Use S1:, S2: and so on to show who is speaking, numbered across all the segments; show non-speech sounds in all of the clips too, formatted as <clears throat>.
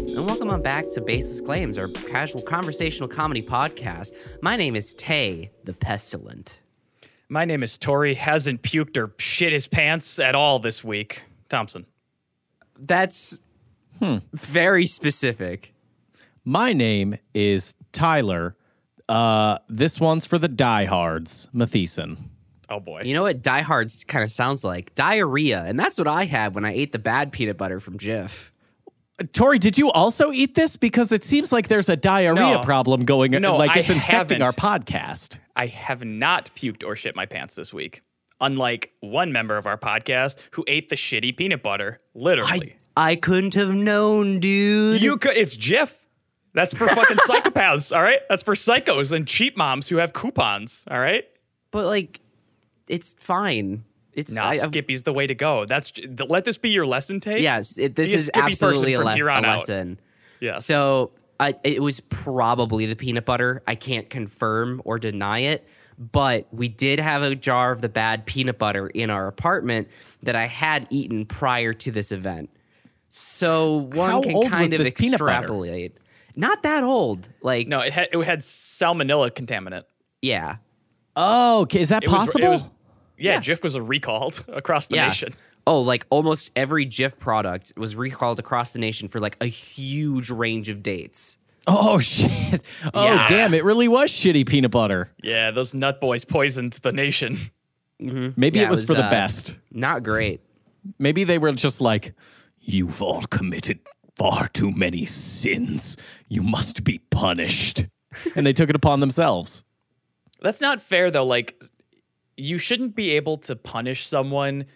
S1: Welcome back to Baseless Claims, our casual conversational comedy podcast. My name is Tay the Pestilent.
S2: My name is Tori. Hasn't puked or shit his pants at all this week. Thompson.
S1: That's
S2: Hmm.
S1: very specific.
S3: My name is Tyler. Uh, this one's for the diehards, Matheson.
S2: Oh boy.
S1: You know what Die Hard kind of sounds like? Diarrhea. And that's what I had when I ate the bad peanut butter from Jif.
S3: Tori, did you also eat this? Because it seems like there's a diarrhea
S2: No.
S3: problem going.
S2: No,
S3: like
S2: I
S3: it's infecting
S2: haven't.
S3: our podcast.
S2: I have not puked or shit my pants this week. Unlike one member of our podcast who ate the shitty peanut butter,
S1: I,
S2: literally.
S1: I couldn't have known, dude.
S2: you could, it's Jif. That's
S1: <laughs>
S2: for fucking psychopaths, all right? That's for psychos and cheap moms who have coupons, all right?
S1: but like, it's fine. It's
S2: Nah,
S1: I- I've-
S2: Skippy's the way to go. That's j- th- let this be your lesson take.
S1: Yes, it, this
S2: Be a
S1: is
S2: Skippy person
S1: absolutely a,
S2: from
S1: le-
S2: here
S1: a
S2: on out.
S1: lesson.
S2: Yes.
S1: So I, it was probably the peanut butter. I can't confirm or deny it, but we did have a jar of the bad peanut butter in our apartment that I had eaten prior to this event. So one
S3: How
S1: can
S3: old
S1: kind
S3: was
S1: of
S3: this peanut butter?
S1: extrapolate. Not that old. Like
S2: no, it had it had salmonella contaminant.
S1: yeah.
S3: Oh, okay, is that
S2: It was- it
S3: possible?
S2: was- yeah, Jif was recalled <laughs> across the
S1: yeah.
S2: nation.
S1: Oh, like almost every GIF product was recalled across the nation for like a huge range of dates.
S3: oh <laughs> shit! Oh
S2: Yeah.
S3: damn! It really was shitty peanut butter.
S2: Yeah, those nut boys poisoned the nation.
S3: Maybe
S1: Yeah,
S3: it was, for the
S1: uh,
S3: best.
S1: Not great.
S3: Maybe they were just like, "You've all committed far too many sins. You must be punished," and they took it upon themselves.
S2: That's not fair though. Like you shouldn't be able to punish someone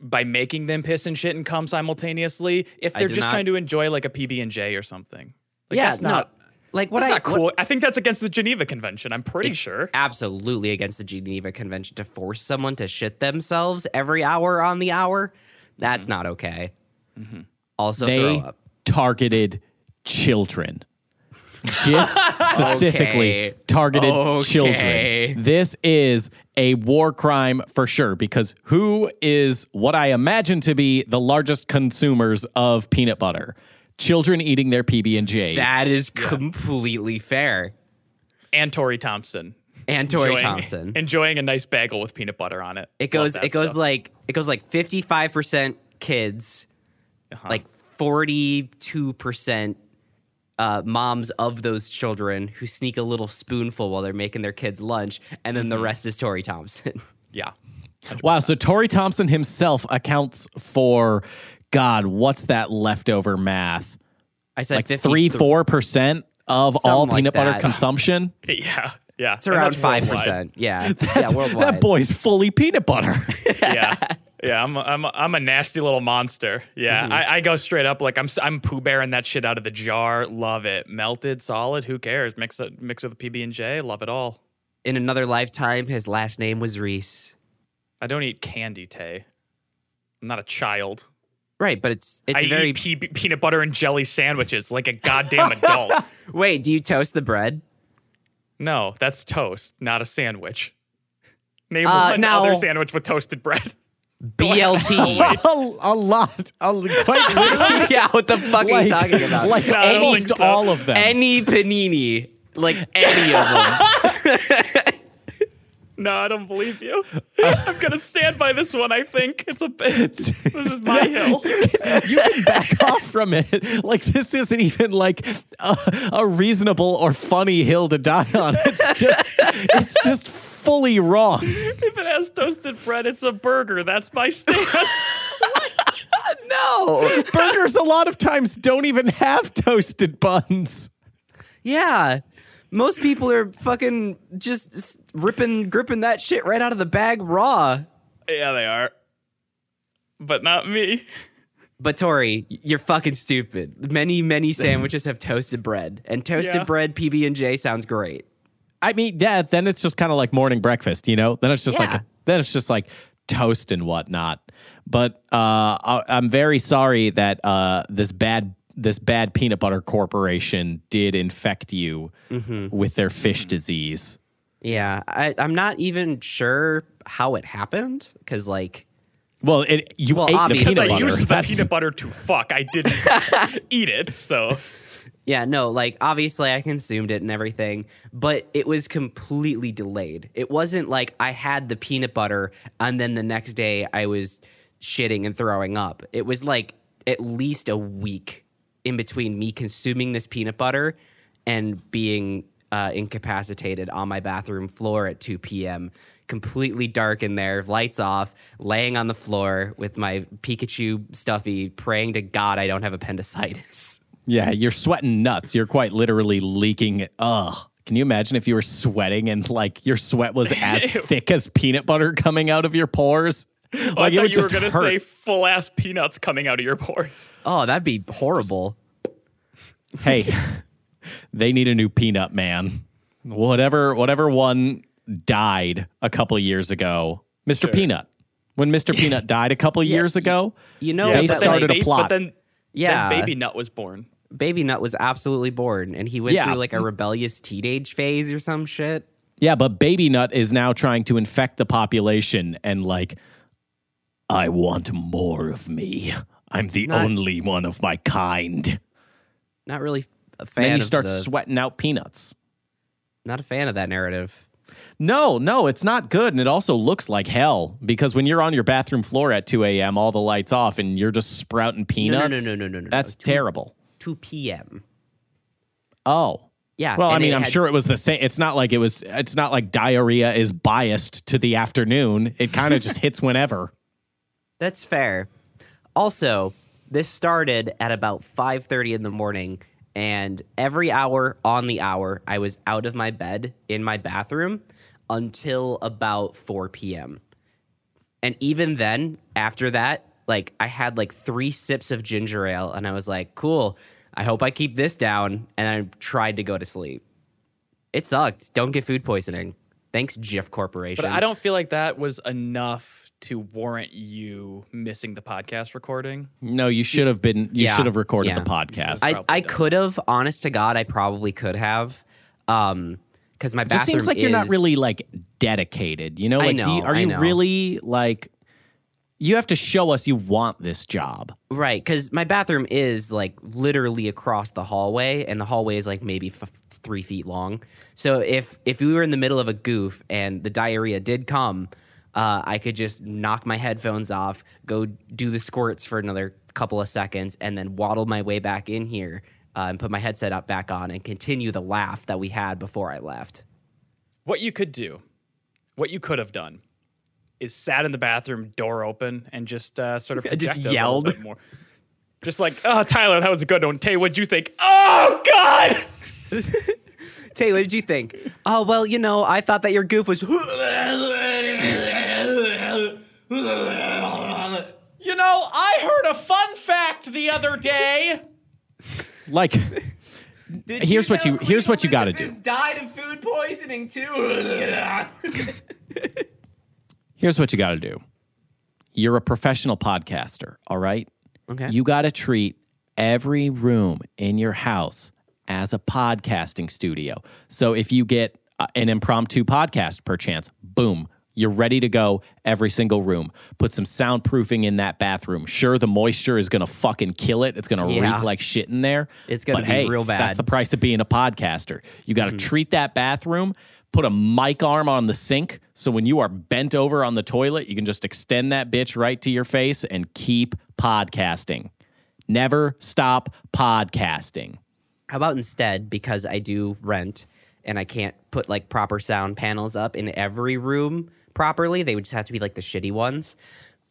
S2: by making them piss and shit and cum simultaneously if
S1: I
S2: they're
S1: do
S2: just
S1: not-
S2: trying to enjoy like a PB and J or something. Like,
S1: yeah,
S2: that's
S1: no,
S2: not
S1: like what
S2: that's
S1: I
S2: not
S1: what-
S2: cool. I think that's against the Geneva Convention. I'm pretty sure.
S1: absolutely against the Geneva Convention to force someone to shit themselves every hour on the hour. That's
S2: Mm-hmm.
S1: not okay. Also,
S3: they
S1: throw up.
S3: targeted children.
S1: <laughs>
S3: Jif specifically
S1: Okay.
S3: targeted
S1: Okay.
S3: children. This is a war crime for sure because who is what I imagine to be the largest consumers of peanut butter? Children eating their PB and J's.
S1: That is completely fair.
S2: And Tori Thompson.
S1: And Tori
S2: enjoying- <laughs>
S1: Thompson.
S2: Enjoying a nice bagel with peanut butter on it.
S1: It
S2: Love
S1: goes.
S2: that
S1: It goes
S2: stuff.
S1: like it goes like fifty five percent kids,
S2: Uh-huh.
S1: like forty two percent uh moms of those children who sneak a little spoonful while they're making their kids lunch, and then
S2: Mm-hmm.
S1: the rest is Tori Thompson. <laughs>
S2: Yeah. <laughs>
S3: Wow. So Tori Thompson himself accounts for, God, what's that leftover math?
S1: I said
S3: Like
S1: 53
S3: three, four percent of all
S1: Something like
S3: peanut butter
S1: that.
S3: consumption.
S2: Yeah. Yeah.
S1: It's around five percent.
S3: <laughs>
S1: Yeah, yeah, <laughs> worldwide.
S3: that boy's fully peanut butter.
S1: <laughs>
S2: yeah, yeah. I'm a, I'm a, I'm a nasty little monster. Yeah,
S1: Mm-hmm.
S2: I, I go straight up like I'm s- I'm poo bearing that shit out of the jar. Love it, melted, solid. Who cares? Mix it mix with PB and J. Love it all.
S1: In another lifetime, his last name was Reese.
S2: I don't eat candy, Tay. I'm not a child.
S1: Right, but it's it's
S2: I
S1: very.
S2: eat pea- peanut butter and jelly sandwiches like
S1: <laughs>
S2: a goddamn adult.
S1: Wait, do you toast the
S3: <laughs>
S1: bread?
S2: No, that's toast, not a sandwich. Name
S1: Uh,
S2: one
S1: now-
S2: other sandwich with toasted bread. <laughs>
S3: <laughs>
S1: BLT.
S3: a, a lot. A, quite literally,
S1: E. <laughs> yeah, what the fuck are you
S3: <laughs> like,
S1: talking about?
S3: like
S2: No, I don't
S3: almost
S2: think so.
S3: all of them.
S1: any panini, like any of
S3: <laughs>
S1: them.
S2: No, I don't believe you.
S1: Uh.
S2: I'm gonna stand by this one. I think it's a. This is
S1: <laughs>
S2: my hill.
S3: you can back off from it. Like this isn't even like a, a reasonable or funny hill to die on. It's just <laughs> it's just fully wrong.
S2: If it has toasted bread, it's a burger. That's my stance.
S1: No.
S3: Burgers a lot of times don't even have toasted buns.
S1: Yeah. Most people are fucking just s- ripping, gripping that shit right out of the bag raw.
S2: <laughs> yeah, they are. But not me.
S1: But Tori, you're fucking stupid. Many, many sandwiches have toasted bread, and toasted
S2: Yeah.
S1: bread PB and J sounds great.
S3: I mean, yeah, then it's just kind of like morning breakfast, you know? Then it's just
S1: Yeah.
S3: like then it's just like toast and whatnot. But uh, I, I'm very sorry that uh, this bad this bad peanut butter corporation did infect you
S2: Mm-hmm.
S3: with their fish disease.
S1: Yeah, I, I'm not even sure how it happened because, like,
S3: Well, it, you
S1: Well,
S3: ate the
S2: <laughs>
S1: obviously.
S3: peanut
S2: Because I
S3: butter.
S2: used the <laughs>
S3: That's-
S2: peanut butter to fuck. I didn't eat it, so
S1: Yeah, no, like obviously I consumed it and everything, but it was completely delayed. It wasn't like I had the peanut butter and then the next day I was shitting and throwing up. It was like at least a week in between me consuming this peanut butter and being uh, incapacitated on my bathroom floor at 2 p.m. Completely dark in there, lights off, laying on the floor with my Pikachu stuffy, praying to God I don't have appendicitis. <laughs>
S3: Yeah, you're sweating nuts. You're quite literally leaking. Ugh. Can you imagine if you were sweating and like your sweat was
S2: <laughs>
S3: as thick as peanut butter coming out of your pores?
S2: Oh, I thought you were gonna say full ass peanuts coming out of your pores.
S1: Oh, that'd be horrible.
S3: hey, <laughs> they need a new peanut man. Whatever, whatever one died a couple years ago, Mr.
S2: Sure.
S3: Peanut. When
S1: <laughs>
S3: Mr. Peanut died a couple years ago,
S1: You know,
S3: <laughs>
S1: but-
S3: They
S2: but then
S3: started a
S2: ba-
S3: plot.
S2: But then,
S1: Yeah.
S2: then Baby Nut was born.
S1: Baby Nut was absolutely born, and he went
S3: Yeah.
S1: through like a rebellious teenage phase or some shit.
S3: yeah, but Baby Nut is now trying to infect the population and like, I want more of me. I'm the
S1: Not-
S3: only one of my kind.
S1: Not really a fan.
S3: And then you
S1: of
S3: start
S1: the-
S3: sweating out peanuts.
S1: not a fan of that narrative.
S3: No, no, it's not good. And it also looks like hell because when you're on your bathroom floor at 2 a.m., all the lights off and you're just sprouting
S1: no,
S3: peanuts.
S1: no, no, no, no,
S3: That's
S1: no.
S3: terrible.
S1: 2 p.m.
S3: Oh.
S1: Yeah.
S3: Well, I
S1: and
S3: mean,
S1: it
S3: I'm
S1: had-
S3: sure it was the same. It's not like it was, it's not like diarrhea is biased to the afternoon. It kind of just hits whenever.
S1: That's fair. Also, this started at about 5:30 in the morning and every hour on the hour I was out of my bed in my bathroom until about 4 p.m. And even then, after that, like I had like 3 sips of ginger ale and I was like, "Cool. I hope I keep this down." And I tried to go to sleep. It sucked. Don't get food poisoning. Thanks, Jif Corporation.
S2: But I don't feel like that was enough to warrant you missing the podcast recording.
S3: No, you should have been, you
S1: Yeah.
S3: should have recorded
S1: Yeah.
S3: the podcast.
S1: I,
S2: probably
S1: I
S2: done.
S1: could have, honest to God, I probably could have. Um, because my
S3: It
S1: bathroom
S3: just seems like you're not
S1: is-
S3: really like dedicated, you know?
S1: I
S3: Like, do
S1: know,
S3: you, are
S1: I
S3: you
S1: know.
S3: really like, you have to show us you want this job.
S1: right because my bathroom is like literally across the hallway, and the hallway is like maybe f- three feet long. So if if we were in the middle of a goof and the diarrhea did come, uh, I could just knock my headphones off, go do the squirts for another couple of seconds, and then waddle my way back in here. Uh, and put my headset up back on and continue the laugh that we had before I left.
S2: What you could do, what you could have done, is sat in the bathroom, door open, and <laughs> just uh, sort of
S1: Just
S2: projected a little
S1: yelled.
S2: bit more. Just like, oh, Tyler, that was a good one. Tay, what'd you think? Oh God!
S1: Tay, what did you think? Oh well, you know, I thought that your goof was.
S2: <laughs>
S1: <laughs>
S2: You know, I heard a fun fact the other day.
S3: Like, here's what you here's what you got to do.
S1: Died of food poisoning too. <laughs>
S3: Here's what you got to do. You're a professional podcaster, all right?
S1: Okay.
S3: You got to treat every room in your house as a podcasting studio. So if you get uh, an impromptu podcast perchance, boom, you're ready to go every single room. Put some soundproofing in that bathroom. Sure, the moisture is going to fucking kill it. It's going to
S1: Yeah.
S3: reek like shit in there.
S1: It's gonna
S3: But
S1: be
S3: hey,
S1: real bad. Mm-hmm.
S3: That's the price of being a podcaster. You got to treat that bathroom, put a mic arm on the sink, so when you are bent over on the toilet, you can just extend that bitch right to your face and keep podcasting. Never stop podcasting.
S1: How about instead, because I do rent and I can't put like proper sound panels up in every room properly, they would just have to be like the shitty ones.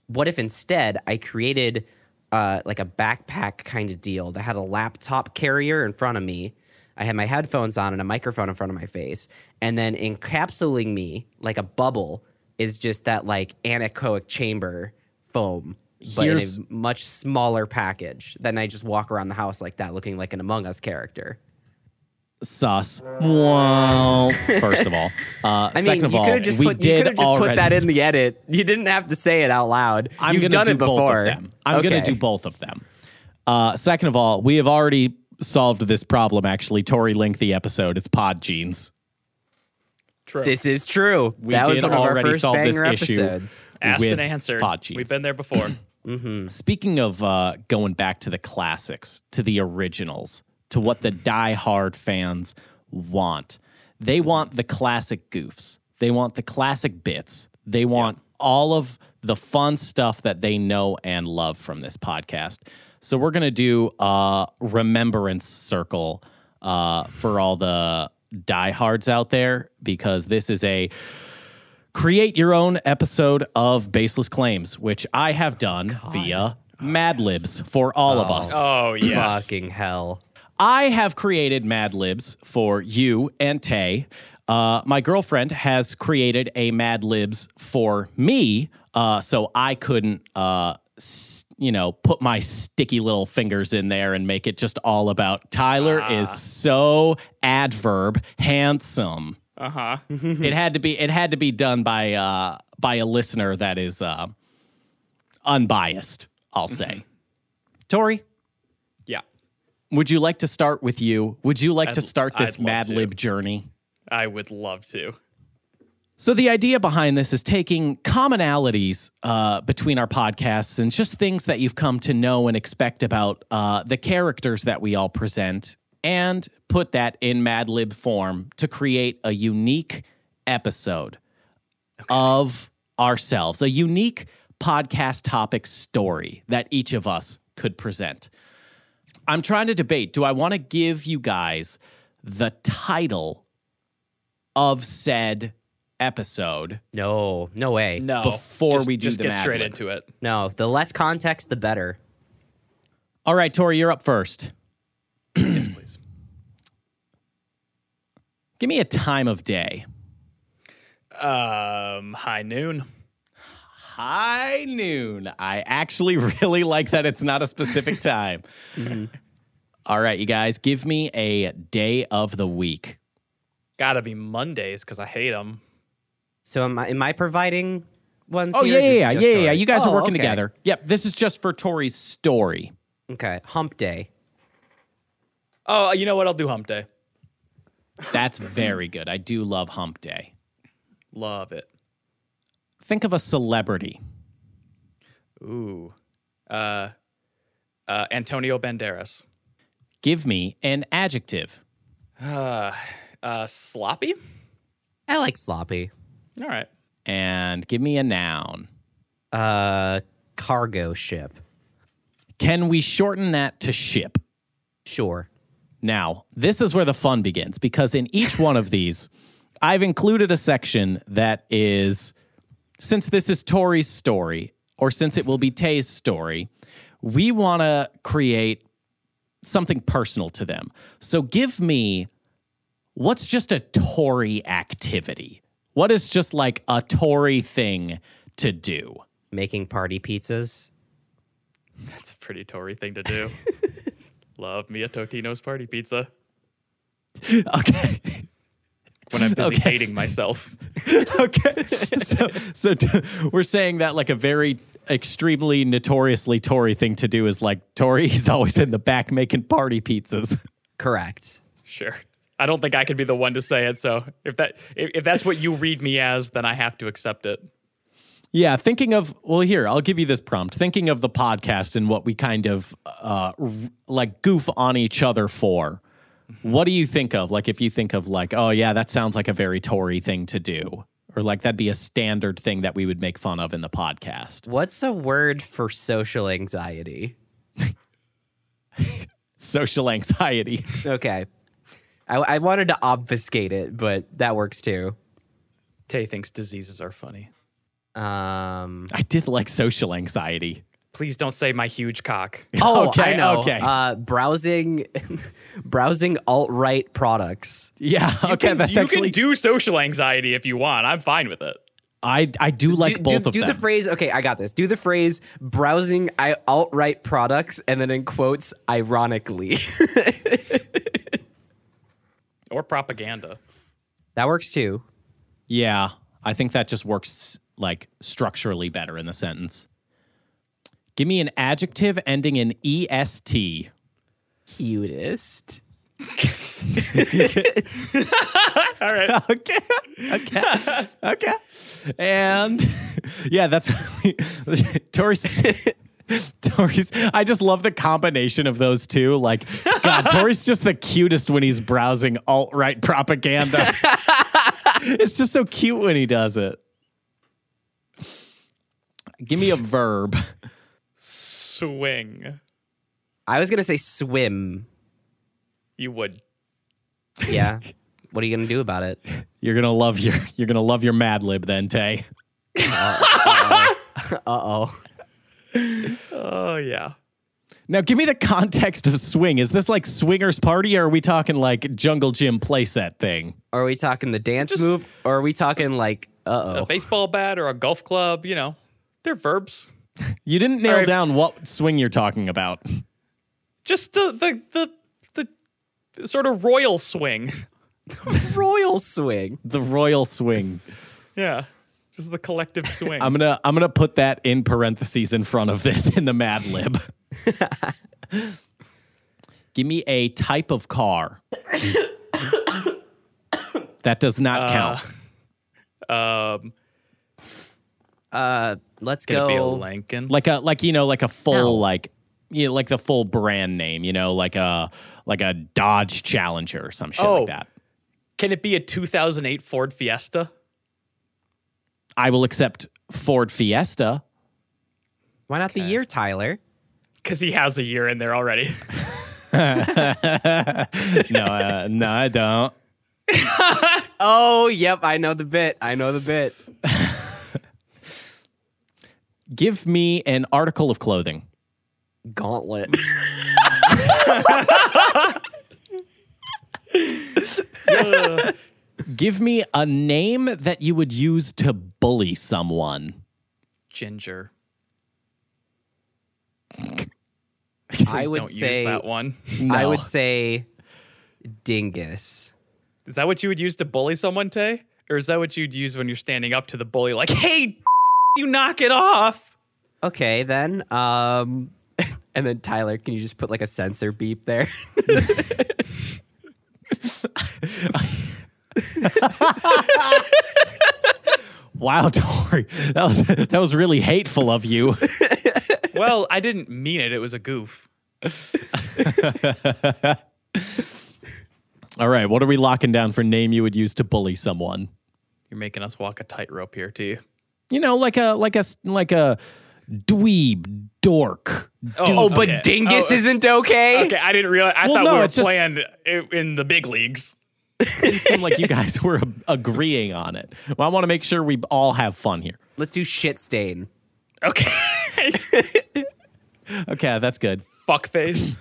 S1: What if instead I created uh, like a backpack kind of deal that had a laptop carrier in front of me? I had my headphones on and a microphone in front of my face. And then encapsulating me like a bubble is just that like anechoic chamber foam, but
S3: Here's-
S1: in a much smaller package. Then I just walk around the house like that, looking like an Among Us character.
S3: Sus.
S1: <laughs>
S3: Wow. First of all,
S1: I
S3: uh,
S1: mean,
S3: second of
S1: you
S3: all,
S1: could have just,
S3: we
S1: put, you
S3: did
S1: could have just
S3: already.
S1: put that in the edit. You didn't have to say it out loud.
S3: I'm
S1: You've
S3: gonna
S1: done
S3: do
S1: it
S3: both
S1: before.
S3: of them. I'm going
S1: Okay.
S3: to do both of them. Uh, second of all, we have already solved this problem. Actually, Tori linked the episode. It's Pod Genes.
S2: True.
S1: This is true.
S3: We
S1: that was
S3: did
S1: one of our
S3: already
S1: first
S3: solve this
S1: banger
S3: issue.
S1: episodes.
S2: Asked
S3: with
S2: and answered.
S3: Pod Genes.
S2: We've been there <coughs> before.
S3: Speaking of uh, going back to the classics, to the originals, to what the die-hard fans want. They want the classic goofs. They want the classic bits. They want all of the fun stuff that they know and love from this podcast. So we're gonna do a remembrance circle uh, for all the diehards out there because this is a create your own episode of Baseless Claims, which I have done via Mad Libs for all of us.
S2: Oh yes.
S1: Fucking hell.
S3: I have created Mad Libs for you and Tay. Uh, my girlfriend has created a Mad Libs for me, uh, so I couldn't, uh, s- you know, put my sticky little fingers in there and make it just all about Tyler is so adverb handsome.
S2: Uh huh.
S3: it had to be. It had to be done by uh, by a listener that is uh, unbiased. I'll say,
S2: Mm-hmm.
S3: Tori.
S2: Yeah.
S3: Would you like to start with you? Would you like to start this
S2: I'd love
S3: Mad
S2: to.
S3: Lib journey?
S2: I would love to.
S3: So the idea behind this is taking commonalities uh, between our podcasts and just things that you've come to know and expect about uh, the characters that we all present, and put that in Mad Lib form to create a unique episode of ourselves, a unique podcast topic story that each of us could present. I'm trying to debate do I want to give you guys the title of said episode
S1: No, no way.
S2: No.
S3: before
S2: just,
S3: we do
S2: just
S3: the
S2: get
S3: Mad
S2: straight
S3: Lib.
S2: into it.
S1: No, the less context, the better.
S3: All right, Tori, you're up first. <clears throat>
S2: Yes, please.
S3: Give me a time of day.
S2: Um, high noon.
S3: High noon. I actually <laughs> really like that it's not a <laughs> specific time. Mm-hmm. All right, you guys, give me a day of the week.
S2: Gotta be Mondays because I hate them.
S1: So am I am I providing one
S3: Oh, yeah,
S1: series?
S3: yeah,
S1: Is it
S3: yeah,
S1: just
S3: yeah, yeah,
S1: Tori?
S3: yeah. You guys
S1: Oh,
S3: are working
S1: okay.
S3: together. Yep, this is just for Tori's story.
S1: Okay. Hump day.
S2: Oh, you know what? I'll do hump day.
S3: That's very good. I do love hump day.
S2: Love it.
S3: Think of a celebrity.
S2: Ooh. Uh, uh, Antonio Banderas.
S3: Give me an adjective.
S2: Uh, uh, sloppy.
S1: I like sloppy.
S2: All right.
S3: And give me a noun.
S1: Uh cargo ship.
S3: Can we shorten that to ship?
S1: Sure.
S3: Now, this is where the fun begins because in each one of these, I've included a section that is, since this is Tori's story, or since it will be Tay's story, we want to create something personal to them. So give me what's just a Tory activity? What is just like a Tory thing to do? <laughs>
S1: Making party pizzas.
S2: That's a pretty Tory thing to
S3: <laughs>
S2: do. Love me a Totino's party pizza
S3: Okay.
S2: when
S3: <laughs>
S2: I'm busy
S3: Okay.
S2: hating myself. <laughs>
S3: <laughs> okay. So, so t- we're saying that like a very extremely notoriously Tory thing to do is like Tory. <laughs> He's always in the back making party pizzas.
S1: Correct.
S2: Sure. I don't think I could be the one to say it. So if that if, if that's what you read me as, then I have to accept it.
S3: Yeah, thinking of well, here I'll give you this prompt. Thinking of the podcast and what we kind of uh, r- like goof on each other for. What do you think of? Like, if you think of like, oh yeah, that sounds like a very Tory thing to do, or like that'd be a standard thing that we would make fun of in the podcast.
S1: What's a word for social anxiety?
S3: Social anxiety. <laughs>
S1: Okay. I, I wanted to obfuscate it, but that works too.
S2: Tay thinks diseases are funny.
S1: <laughs> Um,
S3: I did like social anxiety.
S2: Please don't say my huge cock.
S1: oh, I
S3: Okay,
S1: know.
S3: okay.
S1: Uh, browsing, <laughs> browsing alt right products.
S3: Yeah. okay.
S2: Can-
S3: that's
S2: you
S3: actually.
S2: can do social anxiety if you want. I'm fine with it.
S3: I I do like
S1: do,
S3: both
S1: do,
S3: of
S1: do
S3: them.
S1: the phrase. Okay, I got this. Do the phrase browsing I alt right products, and then in quotes, ironically. <laughs>
S2: Or
S3: <laughs>
S2: propaganda.
S1: that works too.
S3: yeah. I think that just works like structurally better in the sentence. Give me an adjective ending in E est.
S1: Cutest.
S2: All right.
S3: <laughs> Okay. Okay. <laughs> <laughs> okay. And yeah, that's Tori's Tori's. I just love the combination of those two. Like, God, Tori's just the cutest when he's browsing alt right propaganda. <laughs> it's just so cute when he does it. Give me a verb.
S2: Swing.
S1: I was gonna say swim.
S2: You would.
S1: <laughs> Yeah. what are you gonna do about it?
S3: You're gonna love your. You're gonna love your Mad Lib then, Tay.
S1: Uh oh.
S2: Oh yeah.
S3: Now, give me the context of swing. Is this like swingers party, or are we talking like jungle gym playset thing?
S1: Are we talking the dance
S2: Just-
S1: move, or are we talking like uh
S2: A
S1: oh?
S2: baseball bat or a golf club. You know, they're verbs.
S3: You didn't nail
S2: All right.
S3: down what swing you're talking about. <laughs>
S2: Just the the the, the sort of royal swing.
S1: Royal swing.
S3: The royal swing.
S2: <laughs> Yeah. Just the collective swing.
S3: I'm gonna I'm gonna put that in parentheses in front of this in the Mad Lib. Give me a type of car. that does not count.
S2: um,
S1: Uh, Let's
S2: gonna be a
S1: go.
S2: Lincoln.
S3: Like a like you know like a full
S1: No.
S3: like you know, like the full brand name. You know like a like a Dodge Challenger or some shit
S2: Oh.
S3: like that.
S2: Can it be a 2008 Ford Fiesta?
S3: I will accept Ford Fiesta.
S1: Why not the year, Tyler?
S2: Because he has a year in there already.
S3: <laughs>
S2: <laughs>
S3: No, uh, no, I don't.
S1: Oh, yep. I know the bit. I know the bit.
S3: Give me an article of clothing.
S2: <laughs>
S1: Gauntlet.
S3: Give me a name that you would use to bully someone.
S2: Ginger.
S1: I
S2: Please
S1: would
S2: don't
S1: say.
S2: use that one.
S1: I
S3: No.
S1: would say dingus.
S2: Is that what you would use to bully someone, Tay? Or is that what you'd use when you're standing up to the bully, like, hey, <laughs> you knock it off?
S1: Okay, then. Um, <laughs> and then Tyler, can you just put like a sensor beep there?
S3: Wow, <laughs> Tori, that was that was really hateful of you.
S2: well, I didn't mean it. It was a goof.
S3: <laughs> All right, what are we locking down for name you would use to bully someone?
S2: You're making us walk a tightrope here, T.
S3: You know, like a like a s- like a dweeb, dork. dude.
S1: oh, but
S2: okay.
S1: dingus
S2: <laughs> Oh,
S1: isn't okay.
S2: Okay, I didn't realize. I
S3: Well,
S2: thought
S3: no,
S2: we were
S3: it's just-
S2: playing i- in the big leagues.
S3: It seemed like you guys <laughs> were a- agreeing on it. Well, I want to make sure we all have fun here.
S1: Let's do shit stain.
S2: Okay. <laughs>
S3: Okay, that's good.
S2: Fuckface.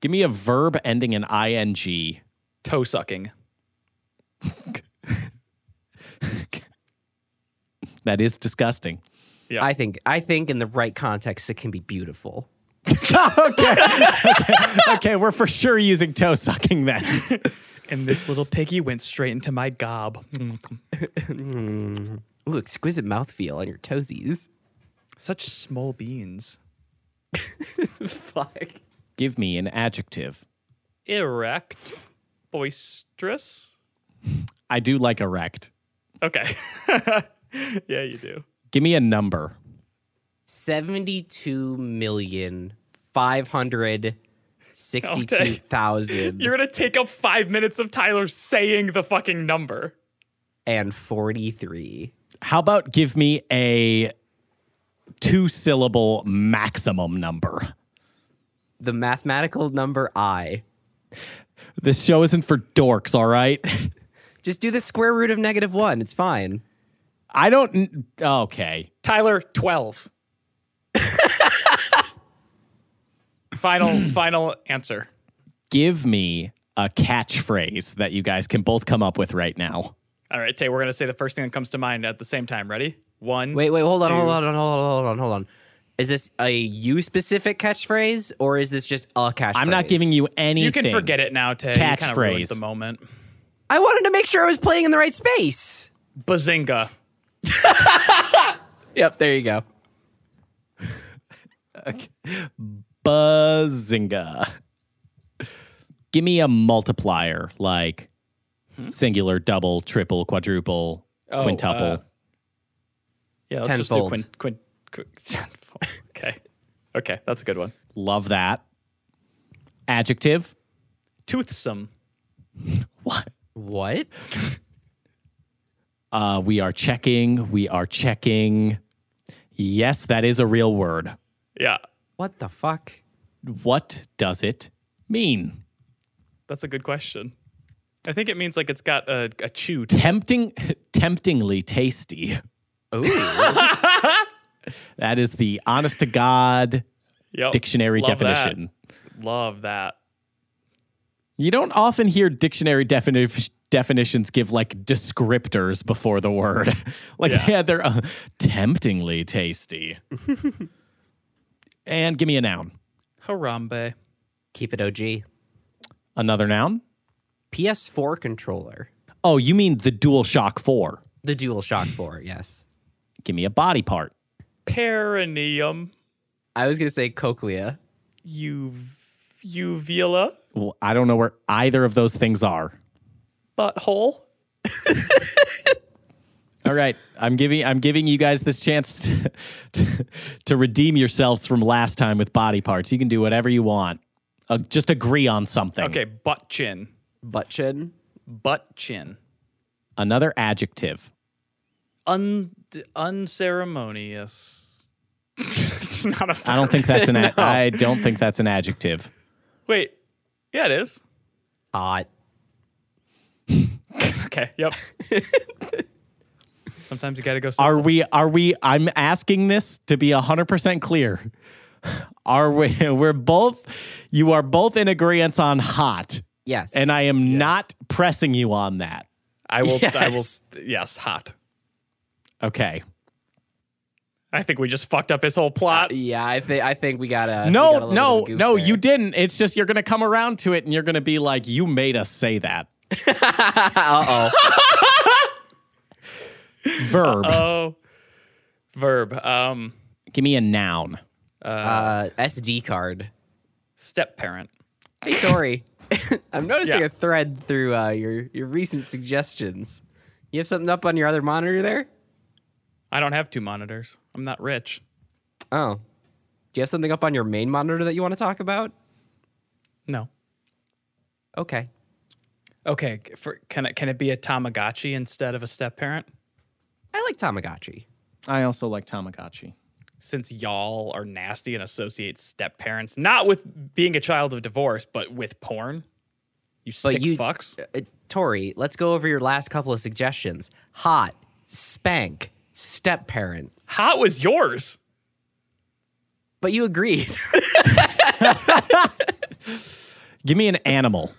S3: Give me a verb ending in ing.
S2: Toe sucking.
S3: That is disgusting.
S2: Yeah.
S1: I think I think in the right context it can be beautiful.
S3: <laughs> Okay, we're for sure using toe sucking then. <laughs>
S2: And this little piggy went straight into my gob.
S1: Ooh, exquisite mouthfeel on your toesies.
S2: Such small beans.
S1: Fuck.
S3: Give me an adjective.
S2: Erect. Boisterous.
S3: I do like erect.
S2: Okay. <laughs> yeah, you do.
S3: Give me a number.
S1: 72 million 562,000
S2: You're gonna take up five minutes of Tyler saying the fucking number.
S1: and 43.
S3: How about give me a two syllable maximum number?
S1: The mathematical number I.
S3: This show isn't for dorks, all right? <laughs>
S1: Just do the square root of negative 1. It's fine.
S3: I don't. Okay.
S2: Tyler, twelve. <laughs> final, final answer.
S3: Give me a catchphrase that you guys can both come up with right now.
S2: All right, Tay, we're gonna say the first thing that comes to mind at the same time. Ready? One.
S1: Wait, wait, hold on, hold
S2: two-
S1: on, hold on, hold on, hold on. Is this a you specific catchphrase or is this just a catchphrase?
S3: I'm not giving you anything.
S2: You can forget it now, Tay. You kinda
S3: Catchphrase.
S2: ruined The moment.
S1: I wanted to make sure I was playing in the right space.
S2: Bazinga.
S1: Yep, there you go.
S3: Buzzinga. Give me a multiplier, like singular, double, triple, quadruple,
S2: Hmm? Oh,
S3: quintuple.
S2: uh, Yeah, let's
S1: Tenfold.
S2: just do quint, quint, quint, <laughs> tenfold. okay. Okay, that's a good one.
S3: Love that. Adjective.
S2: Toothsome.
S3: What?
S1: What?
S3: Uh, we are checking. We are checking. Yes, that is a real word.
S2: Yeah,
S1: What the fuck?
S3: What does it mean?
S2: that's a good question. I think it means like it's got a, a chew. to-
S3: Tempting, <laughs> temptingly tasty.
S1: Oh,
S3: That is the honest to God
S2: Yep.
S3: dictionary
S2: Love that.
S3: definition.
S2: Love that.
S3: You don't often hear dictionary defini- definitions give like descriptors before the word. <laughs> like, yeah,
S2: Yeah.
S3: they're uh, temptingly tasty. and give me a noun.
S2: Harambe.
S1: keep it OG.
S3: Another noun.
S1: PS4 controller.
S3: Oh, you mean the DualShock 4.
S1: The Dual Shock 4, yes.
S3: Give me a body part.
S2: Perineum.
S1: I was going to say cochlea.
S2: Uv- uvula.
S3: Well, I don't know where either of those things are.
S2: Butthole.
S3: All right, I'm giving I'm giving you guys this chance <laughs> to, to, to redeem yourselves from last time with body parts. You can do whatever you want. Uh, just agree on something.
S2: Okay, butt chin.
S1: Butt chin.
S2: Butt chin.
S3: Another adjective.
S2: Un-
S3: <laughs>
S2: unceremonious. it's not a
S3: I don't think that's an. <laughs> ad- I don't think that's an adjective.
S2: Wait. Yeah, it is.
S1: Hot.
S2: Okay,
S3: <laughs>
S2: yep. Sometimes you got to go.
S3: Are we? Are we? I'm asking this to be hundred percent clear. Are we? <laughs> We're both. You are both in agreement on hot,
S1: Yes.
S3: and I am not pressing you on that.
S2: I will. I will.
S1: Yes.
S2: Yes, hot.
S3: Okay.
S2: I think we just fucked up his whole plot.
S1: Yeah, I think I think we got to
S3: No, no, no. You didn't. It's just you're gonna come around to it, and you're gonna be like, "You made us say <laughs> that."
S1: Uh oh.
S3: Verb.
S2: Oh, verb. Um,
S3: Give me a noun.
S1: Uh, SD card.
S2: step parent.
S1: Hey Tori, <laughs> I'm noticing
S2: Yeah.
S1: a thread through uh, your your recent suggestions. You have something up on your other monitor there?
S2: I don't have two monitors. I'm not rich.
S1: Oh, do you have something up on your main monitor that you want to talk about?
S2: No.
S1: Okay.
S2: Okay. For, can it can it be a Tamagotchi instead of a step parent?
S1: I like Tamagotchi.
S3: I also like Tamagotchi.
S2: Since y'all are nasty and associate step parents not with being a child of divorce, but with porn. You sick
S1: you-
S2: fucks.
S1: Uh, Tori, let's go over your last couple of suggestions. Hot, spank, step parent.
S2: Hot was yours.
S1: But you agreed. <laughs>
S3: Give me an animal.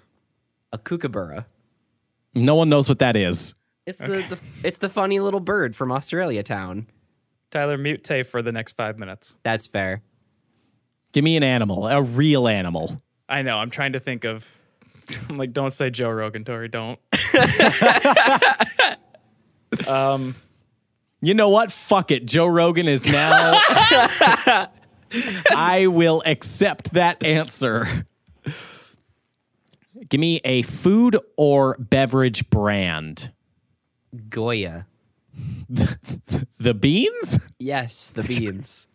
S1: a kookaburra.
S3: No one knows what that is.
S1: It's the, the it's the funny little bird from Australia Town.
S2: Tyler, mute Tay for the next five minutes.
S1: That's fair.
S3: Give me an animal. A real animal.
S2: I know. I'm trying to think of. <laughs> I'm like, don't say Joe Rogan, Tori. Don't. um,
S3: You know what? Fuck it. Joe Rogan is now. I will accept that answer. Give me a food or beverage brand.
S1: Goya.
S3: The beans?
S1: Yes, the beans.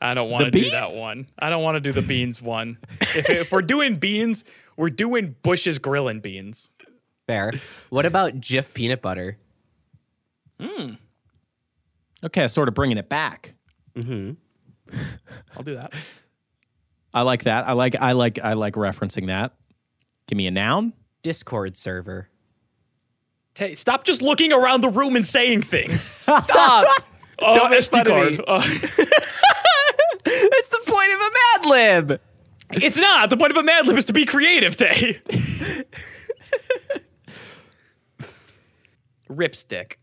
S2: I don't want to
S3: The
S2: do that
S3: beans?
S2: one. I don't want to do the beans one. If, if we're doing beans, we're doing Bush's grilling beans.
S1: Fair. What about Jif peanut butter?
S3: Okay, sort of bringing it back.
S2: I'll do that.
S3: I like that. I like I like I like referencing that. Give me a noun.
S1: Discord
S2: <laughs>
S1: server.
S2: Tay, stop just looking around the room and saying things.
S1: Stop! <laughs>
S2: Oh,
S1: Don't make
S2: SD
S1: fun of me.
S2: card. Uh, <laughs>
S1: That's the point of a Mad Lib.
S2: it's not. The point of a Mad Lib is to be creative, Tay. Ripstick.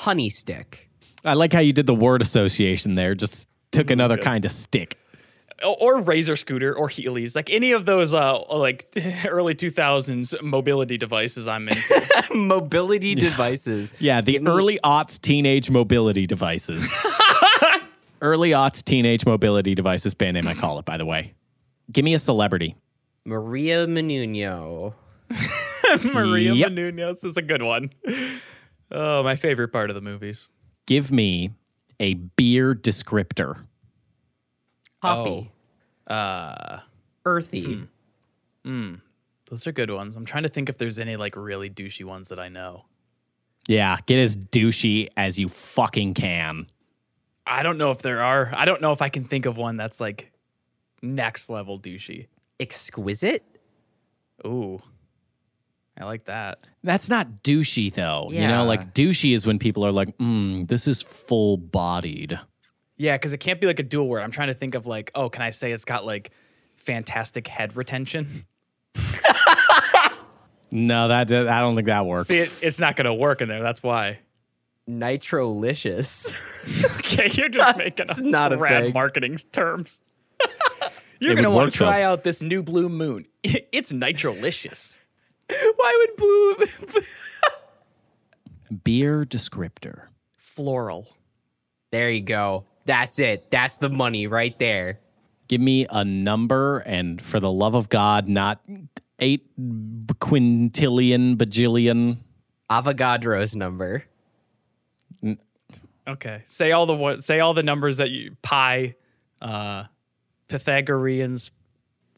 S1: Honey stick. <laughs>
S3: I like how you did the word association there. Just took another kind of stick.
S2: or, or razor scooter or heelys like any of those uh like <laughs> early 2000s mobility devices i'm into
S1: Mobility devices.
S3: Yeah, the early aughts teenage mobility devices. early aughts teenage mobility devices band name I call it, by the way. Give me a celebrity.
S1: Maria Menouno.
S2: maria
S3: Yep.
S2: menounos is a good one oh my favorite part of the movies
S3: Give me a beer descriptor?
S1: Hoppy,
S2: Uh,
S1: Oh. earthy.
S2: Hmm. those are good ones. I'm trying to think if there's any like really douchey ones that I know.
S3: Yeah, get as douchey as you fucking can.
S2: I don't know if there are. I don't know if I can think of one that's like next level douchey.
S1: exquisite.
S2: Ooh, I like that.
S3: That's not douchey though. You
S1: Yeah.
S3: know, like douchey is when people are like, mm, this is full bodied.
S2: Yeah, because it can't be like a dual word. I'm trying to think of like, oh, can I say it's got like fantastic head retention? <laughs>
S3: No, that I don't think that works.
S2: See, it, it's not gonna work in there. That's why. <laughs>
S1: Nitrolicious.
S2: Okay, you're just making
S1: <laughs> It's
S2: up
S1: not a
S2: rad
S1: thing.
S2: marketing terms. <laughs> You're
S3: It
S2: gonna
S3: would
S2: want
S3: work,
S2: to
S3: though.
S2: try out <laughs> this new Blue Moon. It's nitrolicious.
S1: <laughs> Why would blue? <laughs>
S3: beer descriptor.
S2: Floral.
S1: there you go. That's it. That's the money right there.
S3: Give me a number, and for the love of God, not eight b- quintillion bajillion.
S1: Avogadro's number.
S2: Okay. Say all the wo- say all the numbers that you pi, uh, Pythagoreans.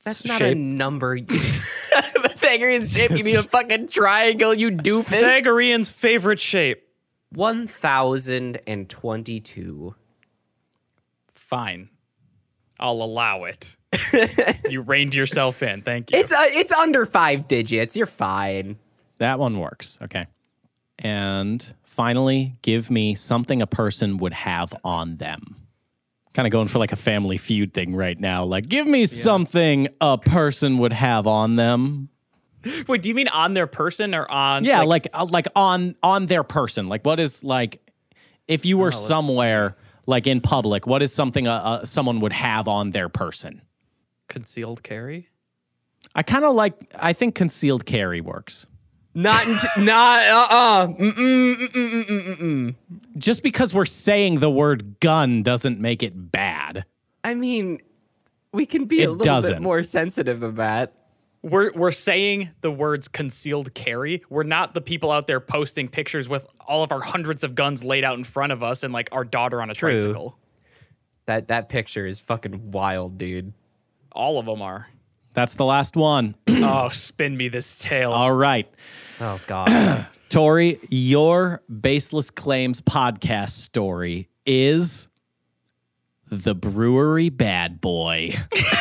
S1: That's
S2: s-
S1: not
S2: shape.
S1: a <laughs> number. Pythagorean shape. You mean a fucking triangle? You doofus.
S2: Pythagorean's favorite shape.
S1: One thousand and twenty-two.
S2: Fine, I'll
S1: <laughs>
S2: allow it. you reined yourself in. Thank you.
S1: It's uh, it's under five digits. You're fine.
S3: That one works. Okay. And finally, give me something a person would have on them. Kind of going for like a family feud thing right now. Like, give me something a person would have on them.
S2: Wait, do you mean on their person or on?
S3: Yeah, like uh, like on on their person. Like what is like if you were somewhere like in public, what is something uh, uh, someone would have on their person?
S2: concealed carry.
S3: I kind of like I think concealed carry works.
S1: Not int- not uh uh
S3: Just because we're saying the word gun doesn't make it bad.
S1: I mean, we can be
S3: It
S1: a little bit
S3: doesn't.
S1: more sensitive than that.
S2: We're we're saying the words concealed carry. We're not the people out there posting pictures with all of our hundreds of guns laid out in front of us and like our daughter on a tricycle.
S1: That that picture is fucking wild, dude.
S2: All of them are.
S3: That's the last one. <clears throat>
S2: oh, spin me this tail.
S3: All right.
S1: <clears throat> Oh god.
S3: Tori, your baseless claims podcast story is the brewery bad boy. <laughs>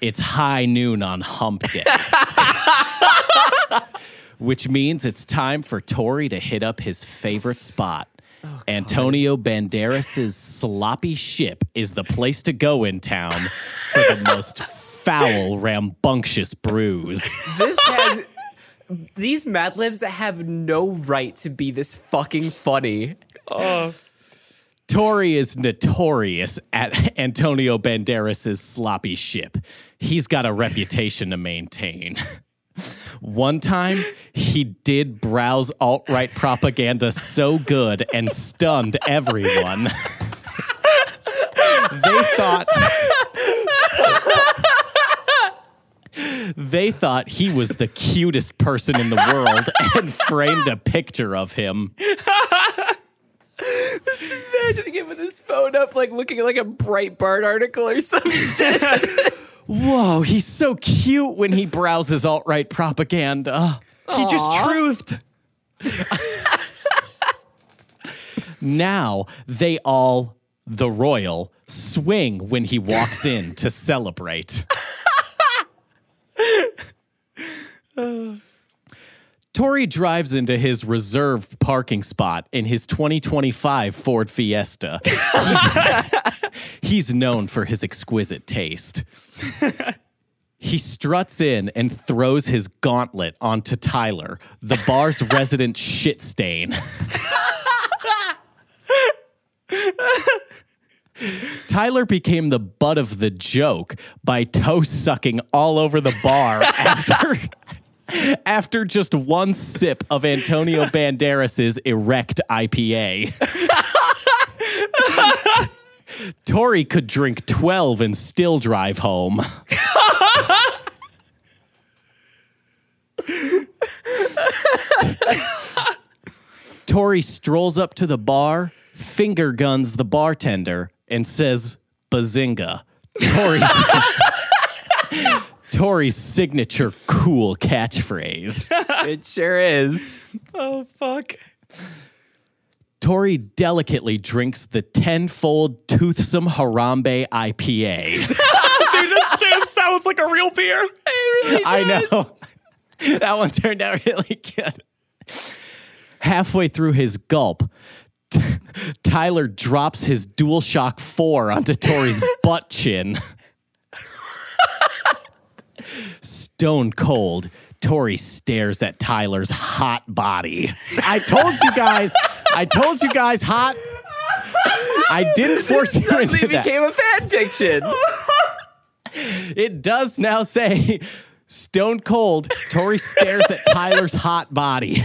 S3: it's high noon on hump day. <laughs> Which means it's time for Tori to hit up his favorite spot. Antonio Banderas' sloppy ship is the place to go in town for the most <laughs> foul, rambunctious brews.
S1: this has these Mad Libs have no right to be this fucking funny.
S3: Tori is notorious at <laughs> Antonio Banderas' sloppy ship. He's got a reputation to maintain. <laughs> One time, he did browse alt right propaganda so good and stunned everyone. <laughs> they thought. They thought he was the cutest person in the world and framed a picture of him.
S1: Just imagining him with his phone up, like looking at like a Breitbart article or some shit.
S3: Whoa, he's so cute when he browses alt right propaganda.
S2: he just truthed.
S3: Now they all, the royal, swing when he walks in to celebrate. Tori drives into his reserved parking spot in his 2025 Ford Fiesta. He's- <laughs> he's known for his exquisite taste. He struts in and throws his gauntlet onto Tyler, the bar's resident shit stain. Tyler became the butt of the joke by toe sucking all over the bar after after just one sip of Antonio Banderas' erect IPA. Tori could drink 12 and still drive home. Tori strolls up to the bar, finger guns the bartender, and says, Bazinga. Tori's, <laughs> Tori's signature cool catchphrase.
S1: <laughs> it sure is.
S2: Oh fuck.
S3: Tori delicately drinks the tenfold toothsome Harambe IPA.
S2: Dude, this shit sounds like a real beer.
S3: <laughs> I know. <laughs> that one turned out really good. Halfway through his gulp, T- Tyler drops his DualShock 4 onto <laughs> Tori's butt chin. Stone cold, Tori stares at Tyler's hot body. I told you guys, I told you guys hot. I didn't force you
S1: Suddenly
S3: into
S1: it
S3: that
S1: became a fan fiction.
S3: it does now say stone cold tori stares at tyler's hot body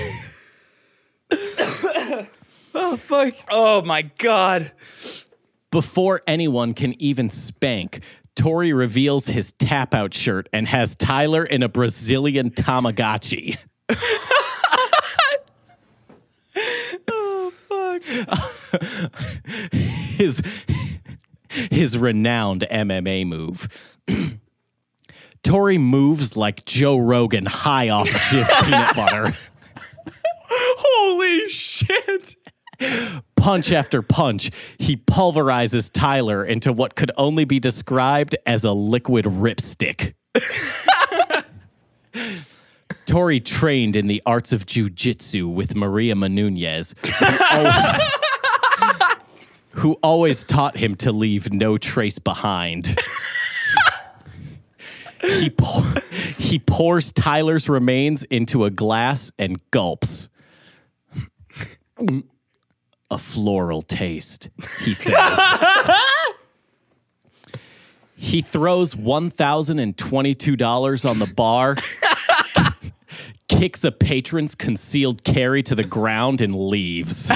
S1: oh fuck.
S2: Oh my god.
S3: before anyone can even spank tori reveals his tap out shirt and has tyler in a brazilian tamagotchi <laughs> his his renowned MMA move. <clears throat> Tori moves like Joe Rogan high off of Jif peanut butter.
S2: Holy shit.
S3: Punch after punch, he pulverizes Tyler into what could only be described as a liquid ripstick. <laughs> Tori trained in the arts of jujitsu with Maria Menunez, who, al- <laughs> who always taught him to leave no trace behind. he, pour- he pours Tyler's remains into a glass and gulps. A floral taste, he <laughs> says. he throws $1,022 on the bar, kicks a patron's concealed carry to the ground, and leaves.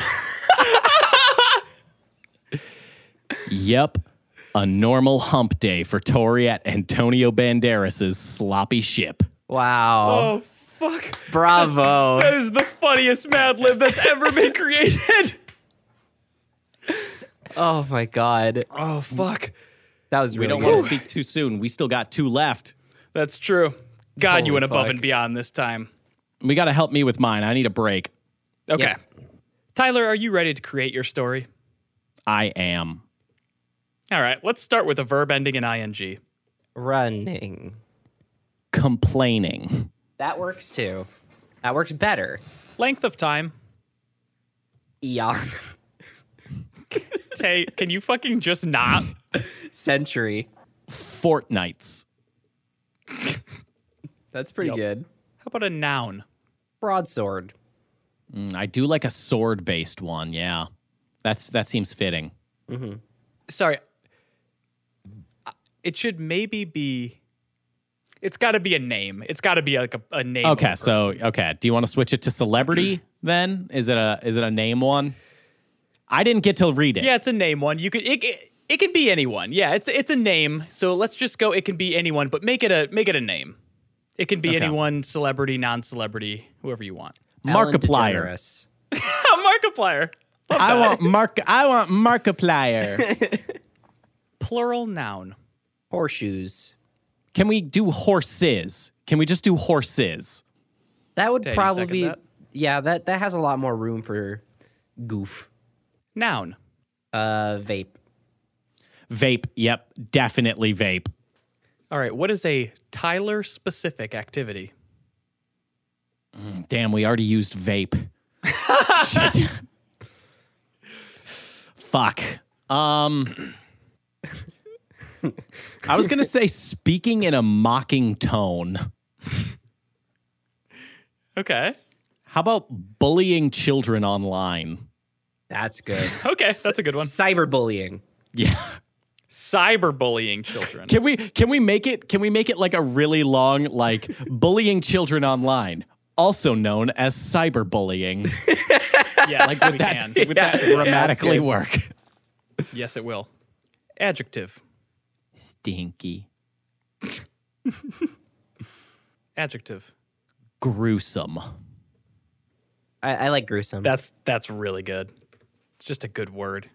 S3: yep, a normal hump day for Tori at Antonio Banderas' sloppy ship.
S1: Wow.
S2: Oh fuck.
S1: Bravo.
S2: That is the funniest Mad Lib that's ever been created. <laughs>
S1: Oh my god.
S2: Oh fuck.
S1: That was
S3: We
S1: really
S3: don't want to
S1: good.
S3: speak too soon. We still got two left.
S2: That's true. God,
S1: Holy
S2: you went above
S1: fuck.
S2: and beyond this time.
S3: We got to help me with mine. I need a break.
S2: Okay.
S1: Yeah.
S2: Tyler, are you ready to create your story?
S3: I am.
S2: All right, let's start with a verb ending in ing.
S1: Running.
S3: complaining.
S1: That works too. That works better.
S2: Length of time.
S1: Eon. <laughs>
S2: <laughs> Tay, can you fucking just not?
S1: Century.
S3: Fortnights.
S1: That's pretty
S2: Yep.
S1: good.
S2: How about a noun?
S1: Broadsword.
S3: Mm, I do like a sword based one. Yeah. That's that seems fitting.
S2: Sorry. I- It should maybe be. It's got to be a name. It's got to be like a, a name.
S3: Okay, so okay. Do you want to switch it to celebrity then? Is it a is it a name one? I didn't get to read it.
S2: Yeah, it's a name one. You could it, it it can be anyone. Yeah, it's it's a name. So let's just go. It can be anyone, but make it a make it a name. It can be
S3: Okay.
S2: anyone, celebrity, non-celebrity, whoever you <laughs> want.
S1: Ellen
S3: Markiplier.
S1: DeGeneres.
S2: Markiplier,
S3: I want Mark I
S1: <laughs>
S3: want Markiplier.
S2: plural noun.
S1: Horseshoes.
S3: Can we do horses? Can we just do horses?
S1: That would
S2: Okay, you
S1: probably
S2: second
S1: be.
S2: that?
S1: Yeah, that, that has a lot more room for goof.
S2: Noun.
S1: Uh, vape.
S3: Vape. Yep, definitely vape.
S2: All right, what is a Tyler specific activity?
S3: Damn, we already used vape. Shit. Fuck. Um I was going to say speaking in a mocking tone.
S2: Okay.
S3: How about bullying children online?
S1: That's
S2: <laughs>
S1: good.
S2: Okay, that's a good one.
S1: Cyberbullying.
S3: Yeah.
S2: Cyberbullying <laughs> children.
S3: Can we can we make it can we make it like a really long like bullying children online, also known as cyberbullying?
S2: yes,
S3: Like would
S2: we
S3: that,
S2: can.
S3: would that grammatically work?
S2: Yes, it will. Adjective.
S3: Stinky.
S2: Adjective.
S3: Gruesome.
S1: I, I like gruesome.
S2: That's that's really good. It's just a good word.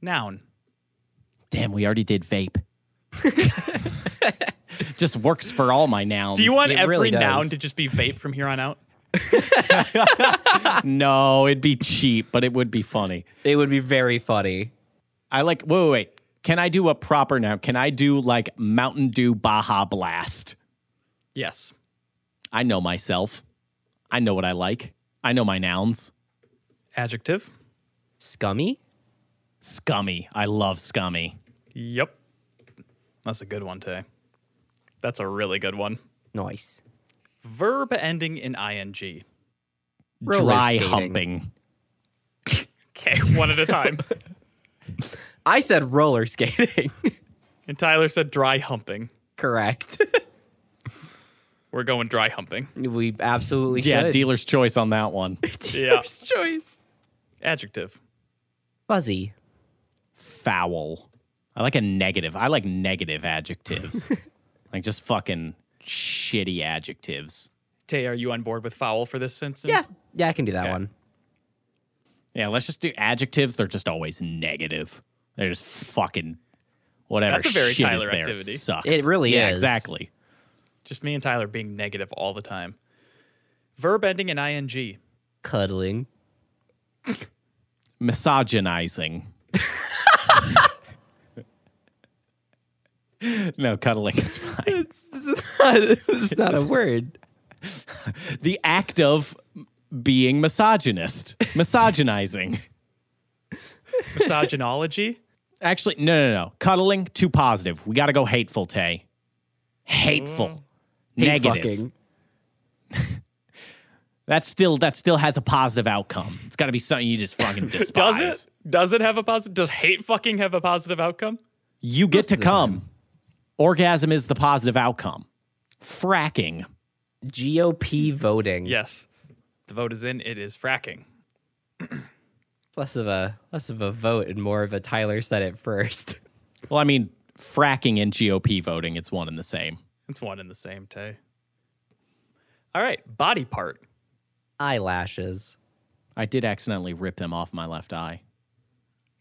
S2: Noun.
S3: Damn, we already did vape. <laughs> just works for all my nouns.
S2: Do you want
S1: It
S2: every
S1: really does.
S2: noun to just be vape from here on out?
S3: No, it'd be cheap, but it would be funny.
S1: it would be very funny.
S3: I like. Wait, wait, wait. Can I do a proper noun? Can I do like Mountain Dew Baja Blast?
S2: Yes.
S3: I know myself. I know what I like. I know my nouns.
S2: Adjective.
S1: Scummy?
S3: Scummy. I love scummy.
S2: Yep. That's a good one, Tay. That's a really good one.
S1: Nice.
S2: Verb ending in ing.
S1: Roller
S3: Dry
S1: skating.
S3: humping.
S2: Okay, <laughs> one at a time.
S1: I said roller skating. <laughs>
S2: and Tyler said dry humping.
S1: Correct. <laughs>
S2: We're going dry humping.
S1: we absolutely
S3: Yeah,
S1: should. <laughs>
S3: dealer's choice on that one.
S1: Dealer's choice.
S2: Adjective.
S1: Fuzzy.
S3: Foul. I like a negative. I like
S2: <laughs>
S3: negative adjectives. like just fucking shitty adjectives.
S2: Tay, are you on board with foul for this instance?
S1: Yeah. Yeah, I can do that
S2: Okay.
S1: one.
S3: Yeah, let's just do adjectives. They're just always negative. They're just fucking whatever.
S2: That's a very
S3: shit
S2: Tyler
S3: is there.
S2: activity.
S3: It sucks.
S1: It really
S3: yeah,
S1: is.
S3: Exactly.
S2: Just me and Tyler being negative all the time. Verb ending in ing. <laughs>
S1: Cuddling. <laughs>
S3: Misogynizing. <laughs> no, cuddling is fine.
S1: it's not a word.
S3: The act of being misogynist, misogynizing.
S1: <laughs>
S2: Misogynology.
S3: Actually, no, no, no. Cuddling, too positive. We got to go hateful, Tay. Hateful.
S1: Mm. Hate
S3: Negative.
S1: fucking.
S3: That still that still has a positive outcome. It's got to be something you
S1: <laughs>
S3: just fucking despise.
S2: Does it? Does it have a positive? Does hate fucking have a positive outcome?
S3: You get to
S1: of the time.
S3: come. Orgasm is the positive outcome. Fracking.
S1: GOP voting.
S2: Yes. The vote is in. It is fracking.
S1: It's less of a less of a vote and more of a Tyler said it first.
S3: Well, I mean, fracking and GOP voting, it's one and the same.
S2: It's one and the same, Tay. All right. Body part.
S1: Eyelashes.
S3: I did accidentally rip him off my left eye.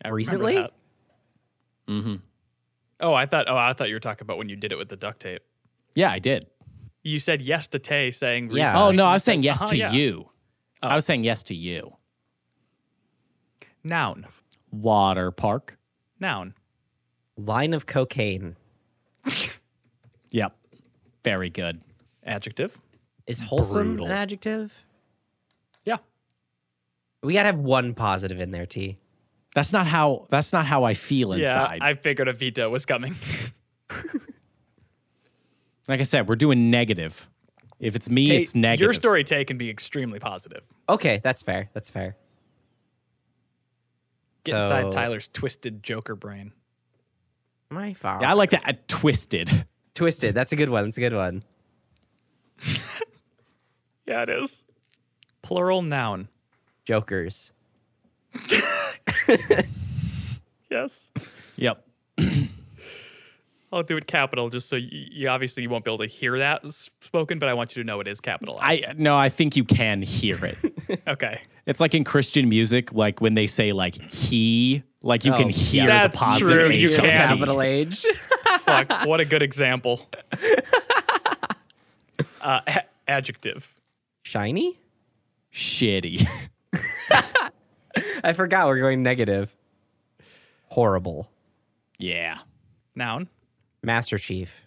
S2: I remember
S1: Recently?
S2: that. Oh, I thought. Oh, I thought you were talking about when you did it with the duct tape.
S3: Yeah, I did.
S2: You said yes to Tay, saying
S1: Yeah.
S2: recently.
S3: Oh, no, I was saying yes
S2: Uh-huh,
S3: to
S2: yeah.
S3: you.
S1: Oh.
S3: I was saying yes to you.
S2: Noun.
S3: Water park.
S2: Noun.
S1: Line of cocaine.
S3: Yep. Very good.
S2: Adjective.
S1: Is wholesome
S3: Brutal.
S1: an adjective?
S2: Yeah.
S1: We gotta have one positive in there, T.
S3: That's not how that's not how I feel inside.
S2: Yeah. I figured a veto was coming.
S3: like I said, we're doing negative. If it's me, <laughs> it's
S2: Tay,
S3: negative.
S2: Your story, Tay, can be extremely positive.
S1: Okay, that's fair. That's fair.
S2: Get inside
S1: So-
S2: Tyler's twisted Joker brain.
S1: My fault.
S3: Yeah, I like that. I twisted. <laughs>
S1: Twisted. That's a good one. That's a good one.
S2: Yeah, it is. Plural noun.
S1: Jokers.
S2: Yes.
S3: Yep.
S2: I'll do it capital just so you, you obviously you won't be able to hear that s- spoken, but I want you to know it is capitalized.
S3: I no, I think you can hear it.
S2: <laughs> okay.
S3: it's like in Christian music, like when they say like he, like you
S1: Oh,
S3: can
S1: yeah.
S3: hear
S2: That's
S3: the positive
S2: true,
S3: H
S2: you
S3: on
S2: can.
S3: the
S1: Capital <laughs> H.
S2: Fuck, what a good
S3: <laughs>
S2: example. Uh, a- adjective.
S1: Shiny?
S3: Shitty. <laughs>
S1: I forgot we're going negative. Horrible.
S3: yeah.
S2: Noun.
S1: Master Chief.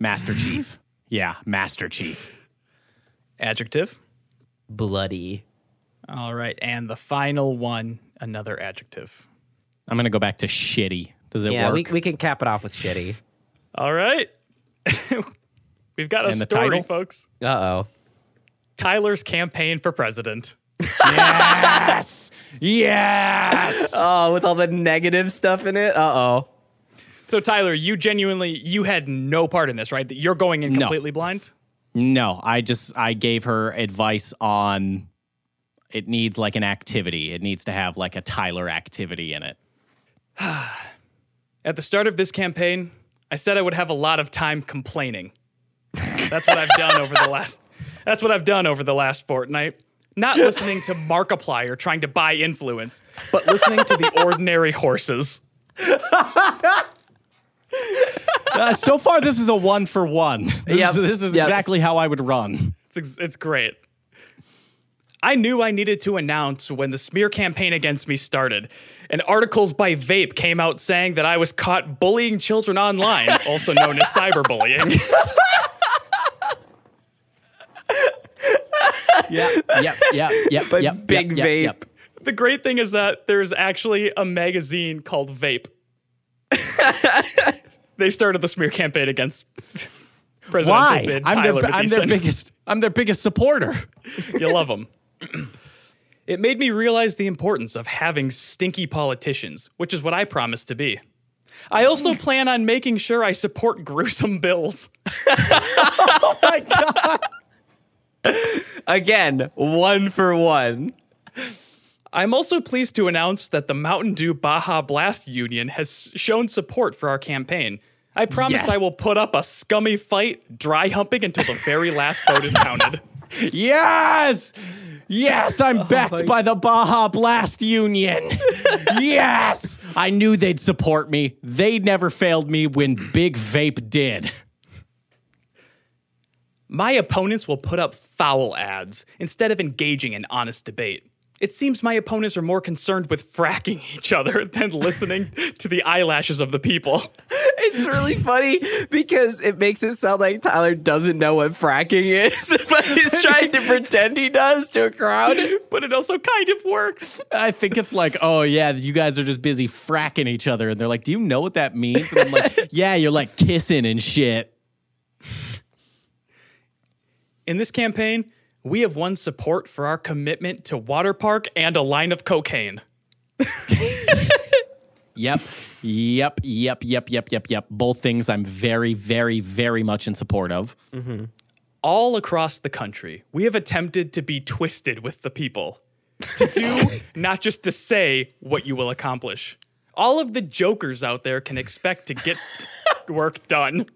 S3: Master Chief. Yeah, Master Chief.
S2: Adjective.
S1: Bloody.
S2: All right. And the final one, another adjective.
S3: I'm gonna go back to shitty. Does it
S1: Yeah,
S3: work?
S1: we, we can cap it off with <laughs> shitty.
S2: All right. <laughs> We've got a
S3: And the
S2: story,
S3: title?
S2: folks.
S1: Uh oh.
S2: Tyler's campaign for president.
S3: yes. Yes.
S1: Oh, with all the negative stuff in it? Uh oh.
S2: So Tyler, you genuinely you had no part in this, right? That You're going in completely blind?
S3: No, I just I gave her advice on it needs like an activity. It needs to have like a Tyler activity in it.
S2: At the start of this campaign, I said I would have a lot of time complaining. That's what I've done over the last That's what I've done over the last fortnight. Not listening to Markiplier trying to buy influence, but listening to the ordinary horses.
S3: Uh, so far, this is a one for one. <laughs> This
S1: Yep.
S3: is, this is
S1: Yep.
S3: exactly how I would run.
S2: It's, ex- it's great. I knew I needed to announce when the smear campaign against me started, and articles by Vape came out saying that I was caught bullying children
S3: <laughs>
S2: online, also known as cyberbullying. <laughs>
S3: Yeah, <laughs> yep, yep, yep.
S1: But
S3: yep,
S1: big
S3: yep,
S1: vape.
S3: yep, yep.
S2: the great thing is that there's actually a magazine called
S3: <laughs>
S2: Vape. they started the smear campaign against <laughs> presidential
S3: Why?
S2: bid
S3: I'm
S2: Tyler
S3: their, I'm their
S2: Matheson.
S3: biggest. I'm their
S1: <laughs>
S3: biggest supporter.
S2: You love them. it made me realize the importance of having stinky politicians, which is what I promise to be. I also plan on making sure I support gruesome bills.
S3: My God.
S1: Again, one for one.
S2: I'm also pleased to announce that the Mountain Dew Baja Blast Union has shown support for our campaign. I promise
S1: Yes.
S2: I will put up a scummy fight, dry humping until the very last vote is counted.
S3: Yes. Yes, I'm backed
S1: Oh my-
S3: by the Baja Blast Union.
S1: <laughs>
S3: yes. I knew they'd support me. They never failed me when Big Vape did.
S2: My opponents will put up foul ads instead of engaging in honest debate. It seems my opponents are more concerned with fracking <laughs> each other than listening to the eyelashes of the people. <laughs>
S1: It's really funny because it makes it sound like Tyler doesn't know what fracking is, <laughs> but he's trying to pretend he does to a crowd.
S2: But it also kind of works.
S3: I think it's like, oh yeah, you guys are just busy fracking each other, and they're like, do you know what that means? And I'm
S1: <laughs>
S3: like, yeah, you're like kissing and shit.
S2: In this campaign, we have won support for our commitment to water park and a line of cocaine.
S3: Yep, yep, yep, yep, yep, yep, yep. Both things I'm very, very, very much in support of.
S2: all across the country, we have attempted to be twisted with the people. To do, not just to say, what you will accomplish. All of the jokers out there can expect to get work done.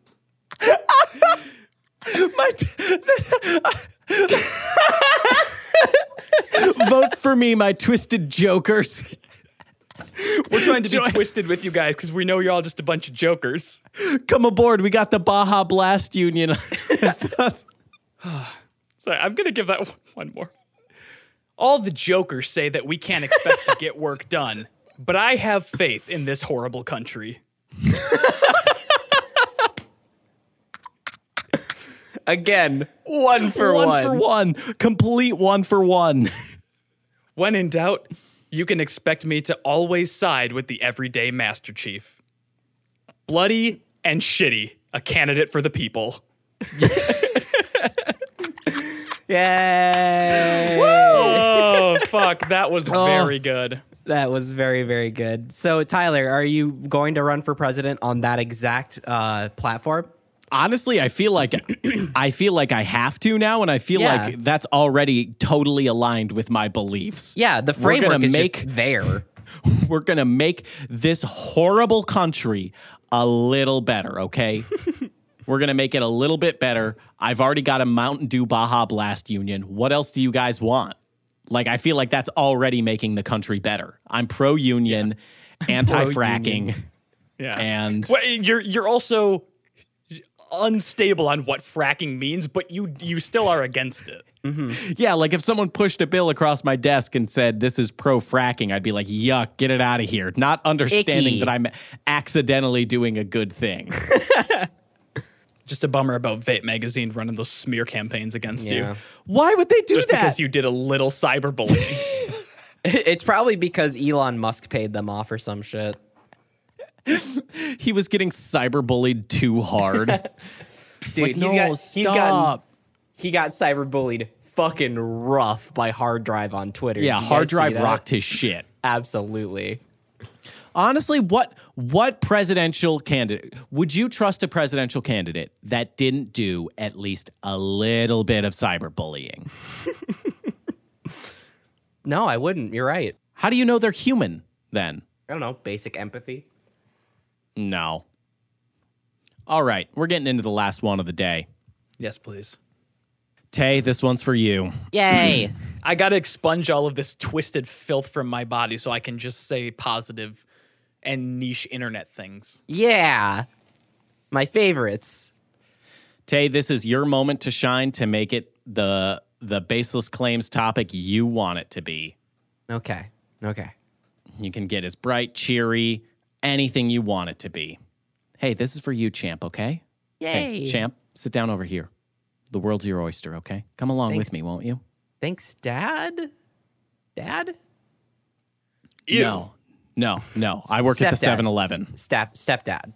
S3: Vote for me, my twisted jokers.
S2: We're trying to be twisted with you guys because we know you're all just a bunch of jokers.
S3: Come aboard. We got the Baja Blast Union. <laughs>
S2: Sorry, I'm going to give that one- one more. All the jokers say that we can't expect to get work done, but I have faith in this horrible country.
S1: Again, one for
S3: one
S1: one.
S3: for one. Complete one for one.
S2: When in doubt, you can expect me to always side with the everyday Master Chief. Bloody and shitty, a candidate for the people.
S1: Yay!
S2: Oh, fuck, that was very good.
S1: That was very, very good. So, Tyler, are you going to run for president on that exact uh, platform?
S3: honestly i
S1: <clears throat>
S3: feel like i feel like i have to now and i feel
S1: Yeah.
S3: like that's already totally aligned with my beliefs
S1: Yeah, the
S3: We're gonna
S1: framework is
S3: make
S1: just <laughs> there.
S3: we're gonna make this horrible country a little
S2: <laughs>
S3: better okay we're gonna make it a little bit better i've already got a mountain dew baja blast union what else do you guys want like i feel like that's already making the country better i'm pro-union anti-fracking
S2: Yeah.
S3: and
S2: Well, you're you're also unstable on what fracking means, but you you still are against it.
S3: <laughs> Yeah, like if someone pushed a bill across my desk and said, This is pro fracking, I'd be like, Yuck, get it out of here. Not understanding
S1: Icky.
S3: that I'm accidentally doing a
S2: <laughs>
S3: good thing.
S2: Just a bummer about Vape magazine running those smear campaigns against
S1: Yeah.
S2: you.
S3: Why would they do
S2: Just
S3: that?
S2: because you did a little cyberbullying.
S1: It's probably because Elon Musk paid them off or some shit.
S3: he was getting cyberbullied
S1: <laughs>
S3: too hard.
S1: Dude,
S3: Like,
S1: he's
S3: no,
S1: got, he's gotten,
S3: stop.
S1: he got cyberbullied fucking rough by hard drive on Twitter.
S3: yeah,
S1: Did you
S3: hard
S1: guys see
S3: drive
S1: that?
S3: rocked his shit.
S1: Absolutely.
S3: Honestly, what what presidential candidate would you trust a presidential candidate that didn't do at least a little bit of cyberbullying?
S1: No, I wouldn't. You're right.
S3: How do you know they're human then?
S1: I don't know. Basic empathy.
S3: No. All right, we're getting into the last one of the day.
S2: yes, please.
S3: Tay, this one's for you.
S1: Yay.
S2: I got to expunge all of this twisted filth from my body so I can just say positive and niche internet things.
S1: <clears throat> yeah. My favorites.
S3: Tay, this is your moment to shine to make it the the baseless claims topic you want it to be.
S1: Okay. Okay.
S3: You can get as bright, cheery, anything you want it to be. Hey, this is for you, champ, okay?
S1: Yay.
S3: Hey, champ, sit down over here. The world's your oyster, okay? Come along
S1: Thanks.
S3: with me, won't you?
S1: Thanks, Dad. Dad?
S3: No. No, no. I work at the
S1: Stepdad.
S3: 7-Eleven.
S1: Step stepdad.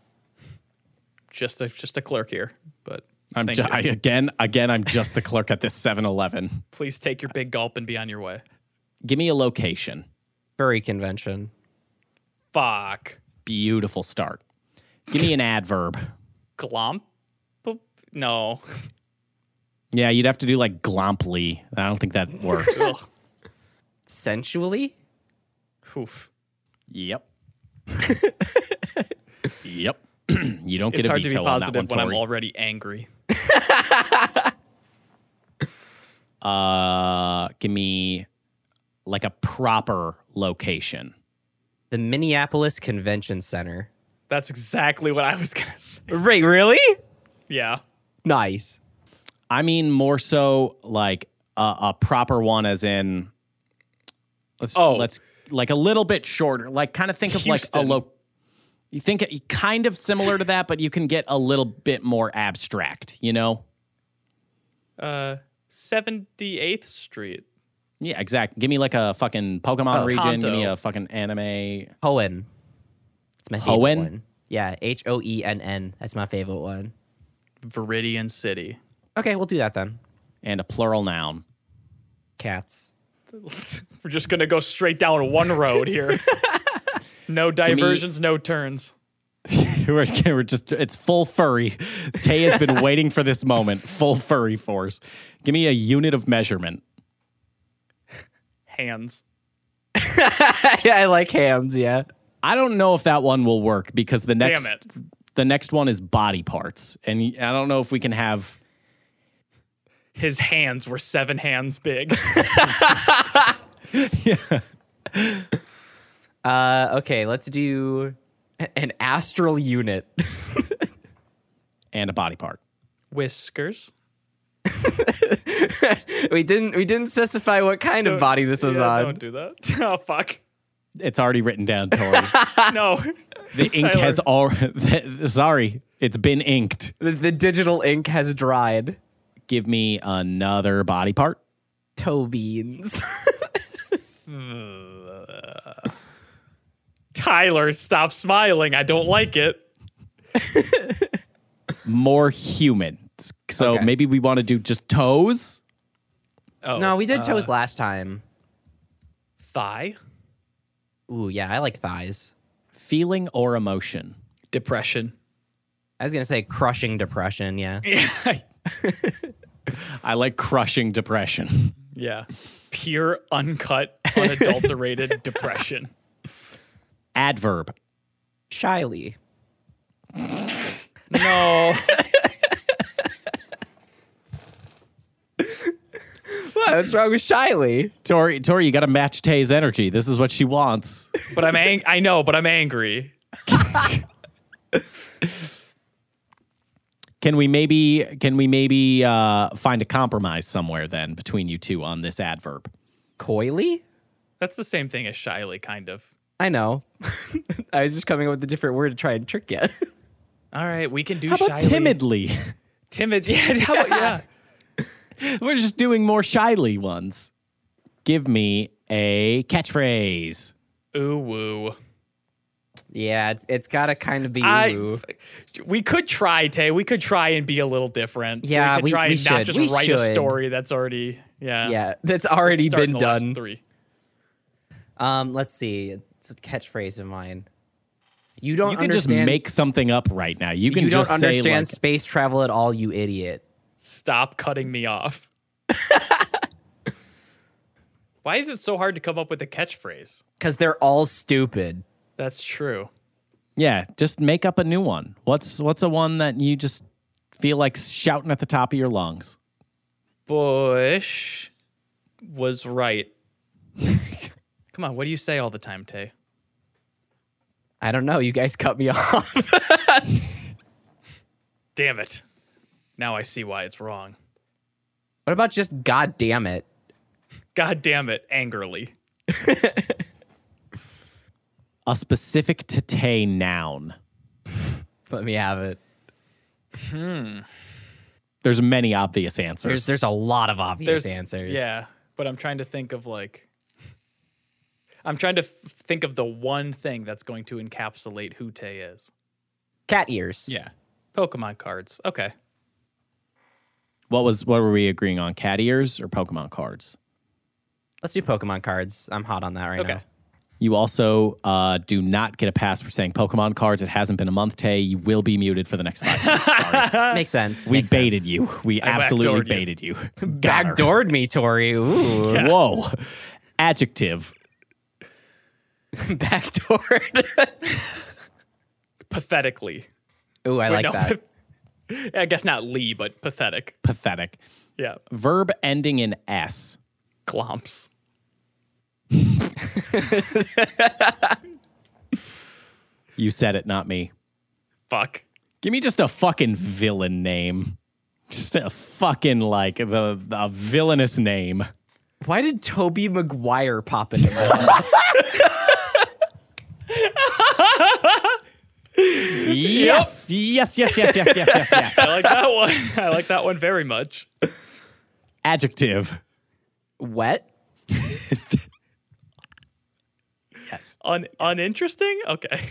S2: Just a just a clerk here, but
S3: I'm
S2: thank
S3: ju-
S2: you.
S3: I, again, again, I'm just the clerk at this 7-Eleven.
S2: please take your big gulp and be on your way.
S3: Give me a location.
S1: Furry convention.
S2: Fuck.
S3: Beautiful start. Give me an adverb.
S2: Glomp?
S3: <laughs>
S2: No.
S3: Yeah, you'd have to do like glomply. I don't think that
S2: <laughs>
S3: works.
S2: Ugh.
S1: Sensually?
S2: Oof.
S3: yep. <laughs> yep. <clears throat> you don't get
S2: It's
S3: a
S2: hard to be
S3: veto on that one,
S2: positive when I'm
S3: Tori.
S2: already angry.
S3: uh, give me like a proper location.
S1: The Minneapolis Convention Center.
S2: That's exactly what I was gonna say.
S1: Right, really?
S2: Yeah.
S1: Nice.
S3: I mean, more so like a, a proper one, as in let's
S2: Oh.
S3: let's like a little bit shorter. Like kind of think of like
S2: Houston.
S3: a lo. You think it- kind of similar to that, but you can get a little bit more abstract. You know?
S2: Uh 78th Street.
S3: Yeah, exact. Give me like a fucking Pokemon
S2: Oh,
S3: region. Give me
S2: Kanto.
S3: a fucking anime.
S1: Hoenn. It's my favorite
S3: Hoenn?
S1: one. Yeah, H O E N N. That's my favorite one.
S2: Viridian City.
S1: Okay, we'll do that then.
S3: and a plural noun.
S1: Cats. <laughs>
S2: <laughs> We're just gonna go straight down one road <laughs> here. no diversions, no turns.
S3: we're, we're just it's full furry. Tay has
S2: <laughs>
S3: been waiting for this moment. Full furry force. Give me a unit of measurement.
S2: Hands.
S1: I like hams, yeah.
S3: I don't know if that one will work because the next
S2: Damn it.
S3: the next one is body parts, and y- I don't know if we can have.
S2: His hands were seven hands big.
S1: Uh, okay, let's do an astral unit. <laughs>
S3: And a body part.
S2: <laughs> Whiskers.
S1: we didn't we didn't specify what kind of body this was
S2: Yeah,
S1: on.
S2: Don't do that. <laughs> Oh fuck.
S3: It's already written down,
S2: <laughs>
S3: Tori.
S2: No.
S3: the ink
S2: Tyler.
S3: has already. <laughs> Sorry, it's been inked.
S1: The, the digital ink has dried.
S3: Give me another body part.
S1: Toe beans. <laughs>
S2: Tyler, stop smiling. I don't like it.
S3: More human. So
S1: Okay.
S3: maybe we want to do just toes.
S2: Oh.
S1: no, we did toes last time.
S2: Thigh.
S1: Ooh, yeah, I like thighs.
S3: feeling or emotion.
S2: Depression.
S1: I was gonna say crushing depression. Yeah,
S3: I like crushing depression.
S2: <laughs> Yeah. Pure, uncut, <laughs> unadulterated depression.
S3: Adverb.
S1: <laughs> shyly.
S2: No.
S1: What? What's wrong with shyly?
S3: Tori, Tori, you got to match Tay's energy. This is what she wants.
S2: But I'm ang- I know, but I'm angry.
S3: Can we maybe can we maybe uh, find a compromise somewhere then between you two on this adverb?
S1: Coily?
S2: That's the same thing as shyly, kind of.
S1: I know. <laughs> I was just coming up with a different word to try and trick you.
S2: All right, we can do
S3: How about
S2: shyly.
S3: timidly? <laughs>
S2: Timid. <laughs> Yeah. How about, yeah.
S3: We're just doing more shyly ones. Give me a catchphrase.
S2: Ooh woo.
S1: <laughs> yeah, it's it's gotta kind of be.
S2: I,
S1: ooh.
S2: we could try, Tay. We could try and be a little different.
S1: Yeah,
S2: we could
S1: we-
S2: try
S1: we
S2: and not
S1: should.
S2: just
S1: We
S2: write a
S1: should.
S2: story that's already yeah.
S1: yeah, that's already
S2: Start in
S1: been
S2: the last
S1: done.
S2: Three.
S1: Um, let's see. It's a catchphrase of mine. You don't
S3: You can just
S1: understand.
S3: make something up right now. You can
S1: you don't
S3: just say
S1: understand
S3: like,
S1: space travel at all, you idiot.
S2: Stop cutting
S1: <laughs>
S2: me off. Why is it so hard to come up with a catchphrase?
S1: Because they're all stupid.
S2: That's true.
S3: Yeah, just make up a new one. What's what's a one that you just feel like shouting at the top of your lungs?
S2: Bush was right. <laughs> Come on, what do you say all the time, Tay?
S1: I don't know. You guys cut me <laughs> off.
S2: Damn it. Now I see why it's wrong.
S1: what about just God damn it?
S2: God damn it, angrily.
S3: A specific Tate noun.
S1: Let me have it.
S3: There's many obvious answers.
S1: There's there's a lot of obvious
S2: There's
S1: answers.
S2: Yeah, but I'm trying to think of like I'm trying to f- think of the one thing that's going to encapsulate who Tay is.
S1: Cat ears.
S2: Yeah. Pokemon cards. Okay.
S3: what was what were we agreeing on? Cat ears or Pokemon cards?
S1: Let's do Pokemon cards. I'm hot on that right
S2: Okay.
S1: now.
S3: You also uh, do not get a pass for saying Pokemon cards. It hasn't been a month, Tay. You will be muted for the next five minutes. Sorry.
S2: Uh,
S1: Makes sense.
S3: we
S1: <laughs> makes
S3: baited
S1: sense.
S3: you. We
S2: I
S3: absolutely
S2: backdoored you.
S3: baited you. Got her.
S1: Backdoored me, Tori. Ooh.
S3: Whoa. Adjective.
S1: <laughs> Backdoored. <laughs>
S2: Pathetically.
S1: Ooh, I
S2: Wait,
S1: like
S2: no,
S1: that.
S2: <laughs> I guess not Lee, but pathetic.
S3: Pathetic.
S2: Yeah.
S3: Verb ending in S.
S2: Glomps.
S3: You said it, not me.
S2: Fuck.
S3: Give me just a fucking villain name. Just a fucking like the a villainous name.
S1: Why did Toby Maguire pop into
S2: <laughs>
S1: my head?
S3: Yes, yes, yes, yes, yes, yes, yes,
S2: <laughs>
S3: yes.
S2: I like that one. I like that one very much.
S3: Adjective.
S1: Wet?
S3: Yes.
S2: Un- uninteresting? Okay. <laughs>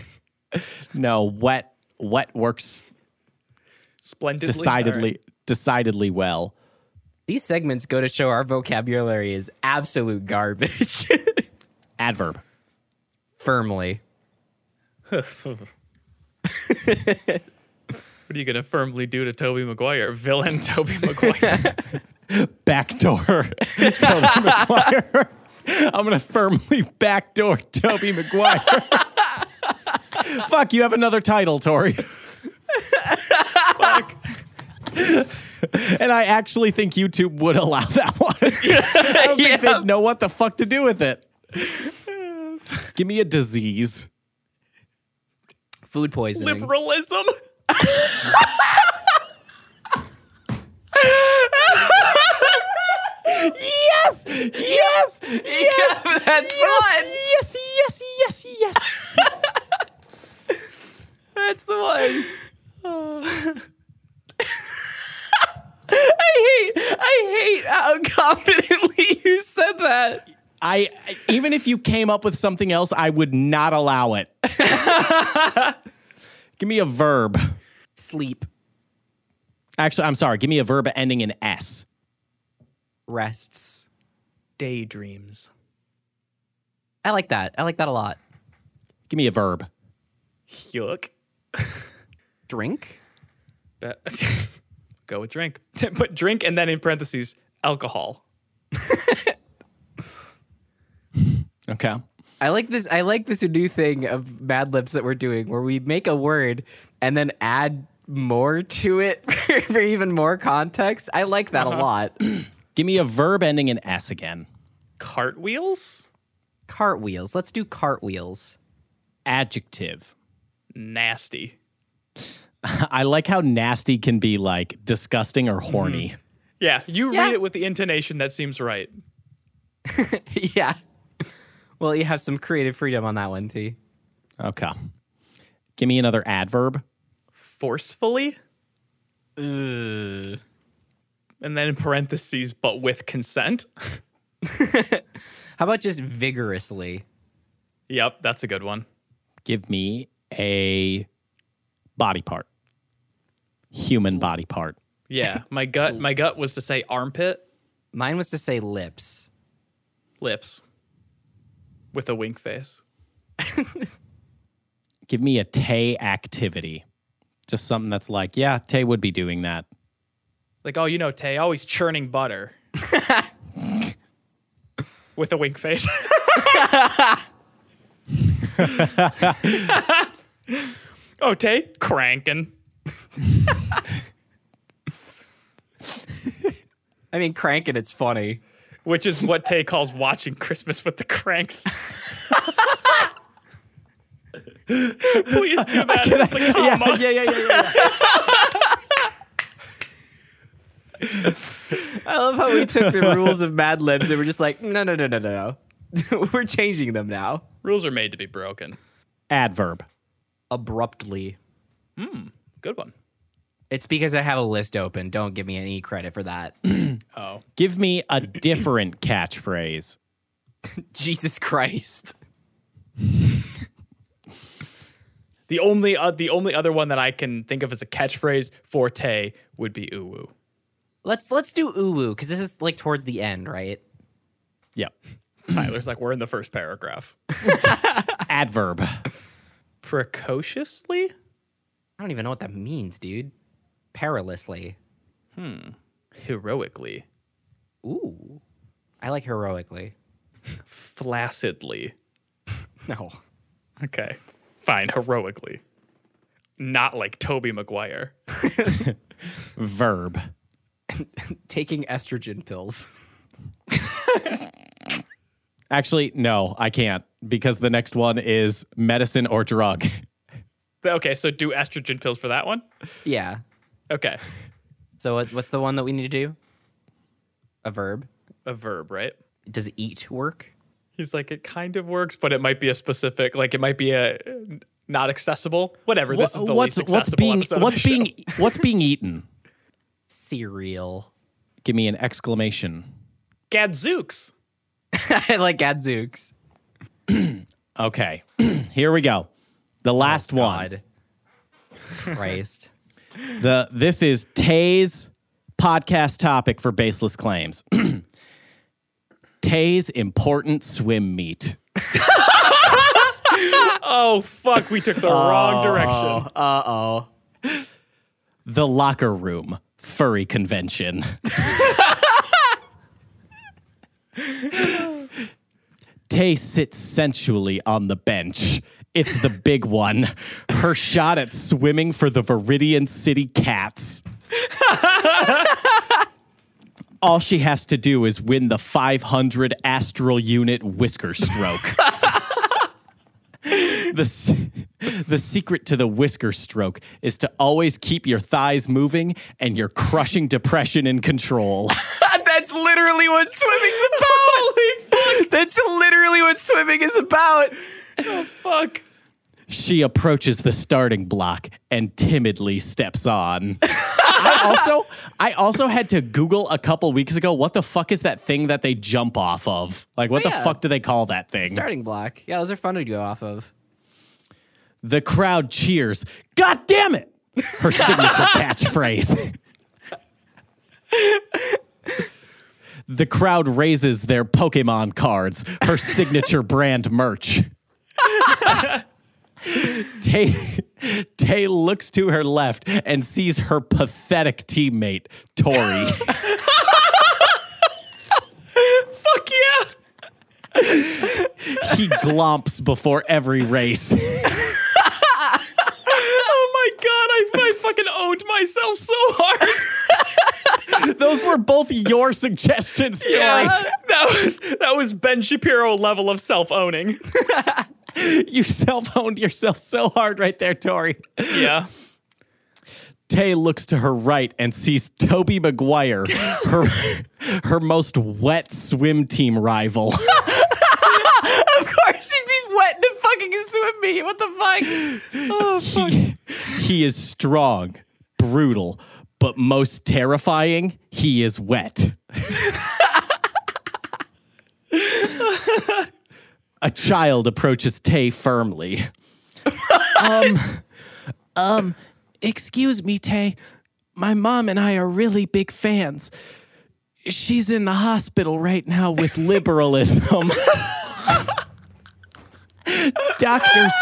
S3: No, wet wet works
S2: Splendidly.
S3: decidedly decidedly well.
S1: These segments go to show our vocabulary is absolute garbage. <laughs>
S3: Adverb.
S1: Firmly.
S2: All right. what are you going to firmly do to Toby Maguire? Villain
S1: <laughs>
S2: Toby Maguire.
S3: Backdoor. <laughs> Toby McGuire. I'm gonna firmly backdoor Toby McGuire. <laughs> Fuck, you have another title, Tori.
S2: Fuck.
S3: <laughs> And I actually think YouTube would allow that one. <laughs> I don't think
S1: Yeah.
S3: they'd know what the fuck to do with it. Give me a disease.
S1: Food poisoning.
S2: Liberalism.
S3: Yes! Yes! Yes!
S1: Yeah, that's the one.
S3: Yes! Yes! Yes! Yes!
S1: That's the one. <laughs> I hate I hate how confidently you said that.
S3: <laughs> I even if you came up with something else, I would not allow it. Give me a verb.
S1: Sleep.
S3: Actually, I'm sorry. Give me a verb ending in s.
S1: Rests.
S2: Daydreams.
S1: I like that. I like that a lot.
S3: Give me a verb.
S2: Yuck.
S1: Drink?
S2: That- <laughs> Go with drink. <laughs> Put drink and then in parentheses, alcohol.
S3: Okay.
S1: I like this. I like this new thing of Mad Libs that we're doing, where we make a word and then add more to it <laughs> for, even more context. I like that a lot.
S3: Give me a verb ending in s again.
S2: Cartwheels?
S1: Cartwheels. Let's do cartwheels.
S3: Adjective.
S2: Nasty.
S3: I like how nasty can be like disgusting or horny.
S2: Yeah, you
S1: Yeah.
S2: read it with the intonation that seems right.
S1: <laughs> yeah. Well, you have some creative freedom on that one, T.
S3: Okay. Give me another adverb.
S2: Forcefully? And then in parentheses, but with consent. <laughs>
S1: How about just vigorously?
S2: yep, that's a good one.
S3: Give me a body part. Human body part.
S2: Yeah, my gut my gut was to say armpit,
S1: Mine was to say lips.
S2: lips with a wink face.
S3: Give me a Tay activity. Just something that's like, yeah, Tay would be doing that.
S2: Like, oh, you know, Tay, always churning
S3: <laughs>
S2: butter. with a wink face. <laughs> oh, Tay, cranking.
S4: I mean, cranking it's funny.
S2: which is what Tay calls watching Christmas with the cranks. <laughs> Please do that. It's a
S3: yeah,
S2: comma.
S3: yeah, yeah, yeah, yeah.
S4: I love how we took <laughs> the rules of Mad Libs and we're just like, no, no, no, no, no, no. <laughs> we're changing them now.
S2: Rules are made to be broken.
S3: <laughs> Adverb.
S4: Abruptly.
S2: Good one.
S4: It's because I have a list open. Don't give me any credit for that.
S2: Oh,
S3: Give me a different catchphrase.
S4: <laughs> Jesus Christ.
S2: the only uh, the only other one that I can think of as a catchphrase for Tay would be "ooh woo."
S1: Let's let's do uwu because this is like towards the end, right?
S3: Yep.
S2: Tyler's like, we're in the first paragraph.
S3: Adverb.
S2: Precociously.
S1: I don't even know what that means, dude. Perilously.
S2: heroically,
S1: Ooh, I like heroically.
S2: flaccidly.
S4: No. <laughs>
S2: Okay, fine, heroically. Not like Toby Maguire.
S3: Verb.
S4: Taking estrogen pills.
S3: Actually, no, I can't because the next one is medicine or drug.
S2: Okay, so do estrogen pills for that one?
S4: Yeah.
S2: Okay,
S1: So what, what's the one that we need to do? A verb.
S2: a verb, right?
S1: Does eat work?
S2: He's like, it kind of works, but it might be a specific, like it might be a not accessible. Whatever. This is
S3: Wha-
S2: the
S3: what's
S2: least
S3: what's
S2: accessible
S3: being
S2: episode of
S3: what's
S2: the show.
S3: being e-, what's being eaten?
S1: Cereal. <laughs>
S3: Give me an exclamation.
S2: Gadzooks.
S4: I like Gadzooks.
S3: Okay. <clears throat> Here we go. The last one.
S1: Oh,
S4: <laughs>
S1: God. Christ.
S3: The this is Tay's podcast topic for baseless claims. <clears throat> Tay's important swim meet.
S2: Oh fuck, we took the wrong direction.
S3: The locker room furry convention. Tay sits sensually on the bench. It's the big one. Her shot at swimming for the Viridian City Cats. All she has to do is win the 500 astral unit whisker stroke. the, s- the secret to the whisker stroke is to always keep your thighs moving and your crushing depression in control.
S4: That's literally what swimming's
S1: <laughs>
S4: about. Holy fuck. That's literally what swimming is about.
S2: Fuck.
S3: She approaches the starting block and timidly steps on. I also I also had to Google a couple weeks ago what the fuck is that thing that they jump off of? Like what
S4: Oh,
S3: the
S4: yeah.
S3: fuck do they call that thing?
S4: Starting block. Yeah, those are fun to go off of.
S3: The crowd cheers. God damn it! Her signature catchphrase. the crowd raises their Pokemon cards, her signature brand merch. Tay, Tay looks to her left and sees her pathetic teammate, Tori.
S2: Fuck yeah.
S3: he glomps before every race.
S2: Oh my god, I, I fucking owned myself so hard.
S3: Those were both your suggestions, Tori.
S2: Yeah, that was that was Ben Shapiro level of self owning.
S3: You self owned yourself so hard right there, Tori.
S2: <laughs> Yeah.
S3: Tay looks to her right and sees Toby Maguire, her her most wet swim team rival. <laughs>
S4: Of course, he'd be wet in a fucking swim meet. What the
S1: <laughs>
S4: fuck?
S3: he, he is strong, brutal, but most terrifying, he is wet. A child approaches Tay firmly. um, um, excuse me, Tay. My mom and I are really big fans. She's in the hospital right now <laughs> with liberalism. Doctors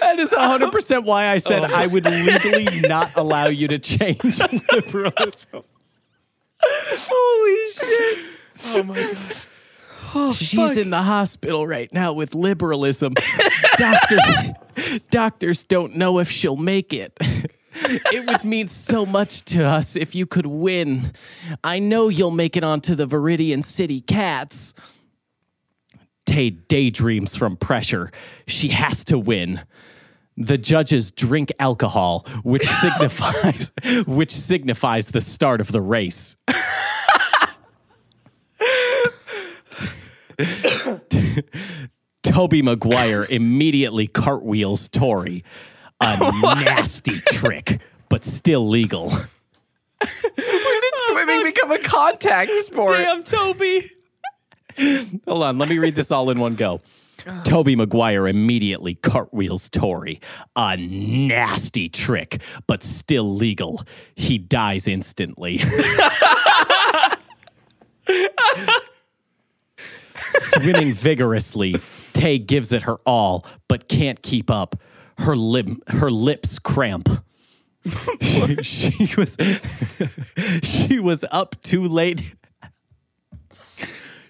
S3: That is 100% why I said I would legally not allow you to change <laughs> liberalism.
S4: Holy shit.
S3: She's in the hospital right now with liberalism. <laughs> Doctors Doctors don't know if she'll make it. <laughs> it would mean so much to us if you could win. I know you'll make it onto the Viridian City Cats. Tay daydreams from pressure. She has to win. The judges drink alcohol, which signifies <laughs> which signifies the start of the race. Toby Maguire immediately cartwheels Tori. A nasty trick, but still legal.
S1: When did swimming become a <laughs> contact sport?
S2: Damn, Toby.
S3: Hold on, let me read this all in one go. Toby Maguire immediately cartwheels Tori. A nasty trick, but still legal. He dies instantly. Swimming vigorously, Tay gives it her all, but can't keep up. Her lim- her lips cramp. <laughs> she, she was <laughs> she was up too late.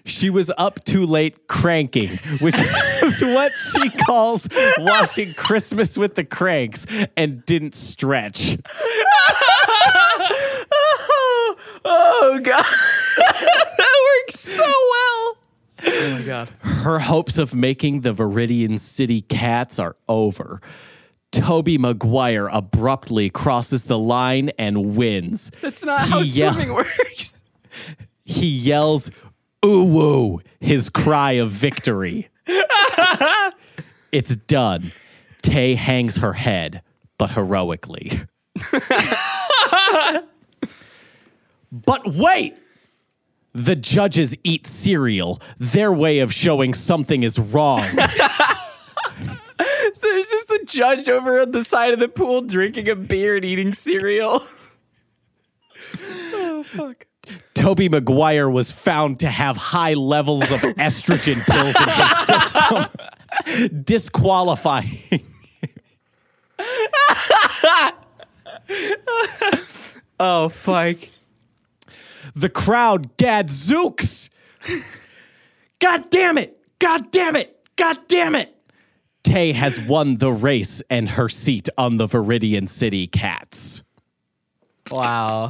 S3: She was up too late cranking, which <laughs> is what she calls watching Christmas with the Cranks and didn't stretch.
S1: Oh
S4: <laughs>
S1: god, that works so well.
S2: Oh my god.
S3: Her hopes of making the Viridian City Cats are over. Toby Maguire abruptly crosses the line and wins.
S1: That's not how
S3: Yeah.
S1: swimming <laughs> works.
S3: He yells, ooh woo, his cry of victory. it's done. Tay hangs her head, but heroically. but wait! The judges eat cereal, their way of showing something is wrong.
S1: So there's just the judge over on the side of the pool drinking a beer and eating cereal.
S3: Toby Maguire was found to have high levels of estrogen pills in his system, disqualifying.
S1: <laughs> Oh fuck.
S3: The crowd gadzooks. God damn it! God damn it! God damn it! Tay has won the race and her seat on the Viridian City Cats.
S1: Wow.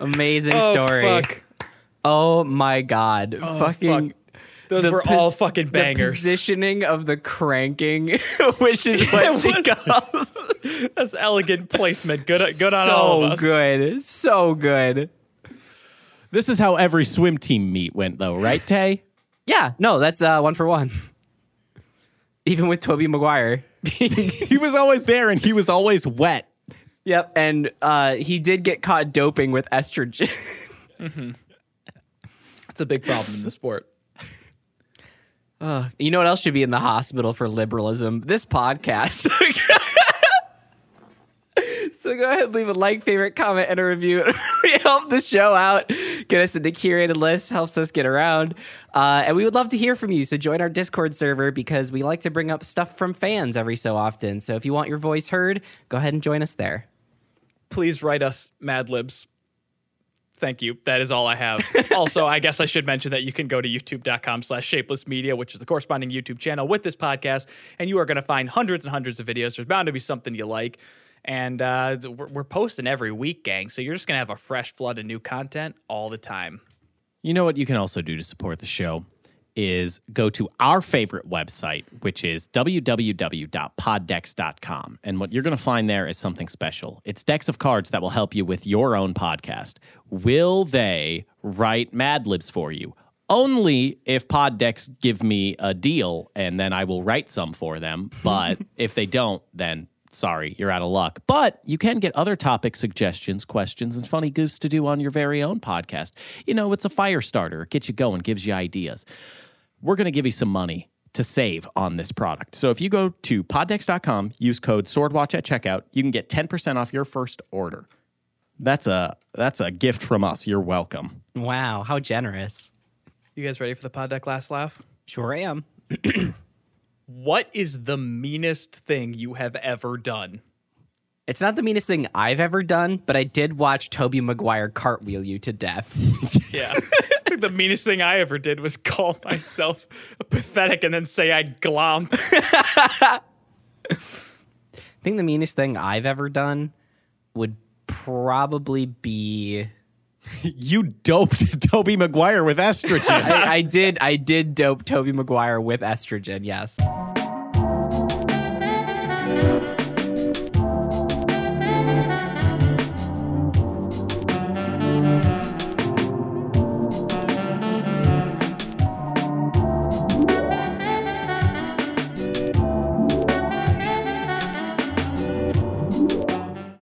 S5: Amazing
S2: Oh,
S5: story.
S2: fuck.
S1: Oh my god. Oh, Fucking
S2: fuck. Those
S1: The
S2: were
S1: pos-
S2: all fucking
S1: the
S2: bangers.
S1: positioning of the cranking, <laughs> which is what she
S2: was-
S1: calls. <laughs>
S2: That's elegant placement. Good, good on
S1: so
S2: all of us.
S1: good. So good.
S3: This is how every swim team meet went, though, right, Tay?
S1: Yeah, no, that's uh, one for one. <laughs> Even with Toby Maguire.
S3: he was always there and he was always wet.
S1: yep, and uh, he did get caught doping with estrogen. <laughs>
S2: That's a big problem in the sport.
S1: you know what else should be in the hospital for liberalism? This podcast. <laughs> so go ahead, leave a like, favorite, comment, and a review. <laughs> It really help the show out. Get us into curated lists, helps us get around. Uh, and we would love to hear from you. So join our Discord server because we like to bring up stuff from fans every so often. So if you want your voice heard, go ahead and join us there.
S2: please write us Mad Libs. Thank you. That is all I have. also, I guess I should mention that you can go to youtube.com slash shapeless media, which is the corresponding YouTube channel with this podcast, and you are going to find hundreds and hundreds of videos. There's bound to be something you like. And uh, th- we're, we're posting every week, gang. So you're just going to have a fresh flood of new content all the time.
S3: You know what you can also do to support the show is go to our favorite website, which is www.poddex.com. And what you're going to find there is something special. It's decks of cards that will help you with your own podcast. Will they write Mad Libs for you? Only if Poddex give me a deal and then I will write some for them. But if they don't, then sorry, you're out of luck. But you can get other topic suggestions, questions, and funny goofs to do on your very own podcast. You know, it's a fire starter, it gets you going, gives you ideas. We're going to give you some money to save on this product. So if you go to poddex.com, use code SWORDWATCH at checkout, you can get 10% off your first order. That's a that's a gift from us. You're welcome.
S1: Wow, how generous.
S2: You guys ready for the pod deck last laugh?
S1: Sure am.
S2: What is the meanest thing you have ever done?
S1: It's not the meanest thing I've ever done, but I did watch Toby Maguire cartwheel you to death.
S2: Yeah. <laughs> I think the meanest thing I ever did was call myself pathetic and then say I glomp.
S1: I think the meanest thing I've ever done would probably be
S3: you doped <laughs> Toby Maguire with estrogen.
S1: I, I did I did dope Toby Maguire with estrogen, yes.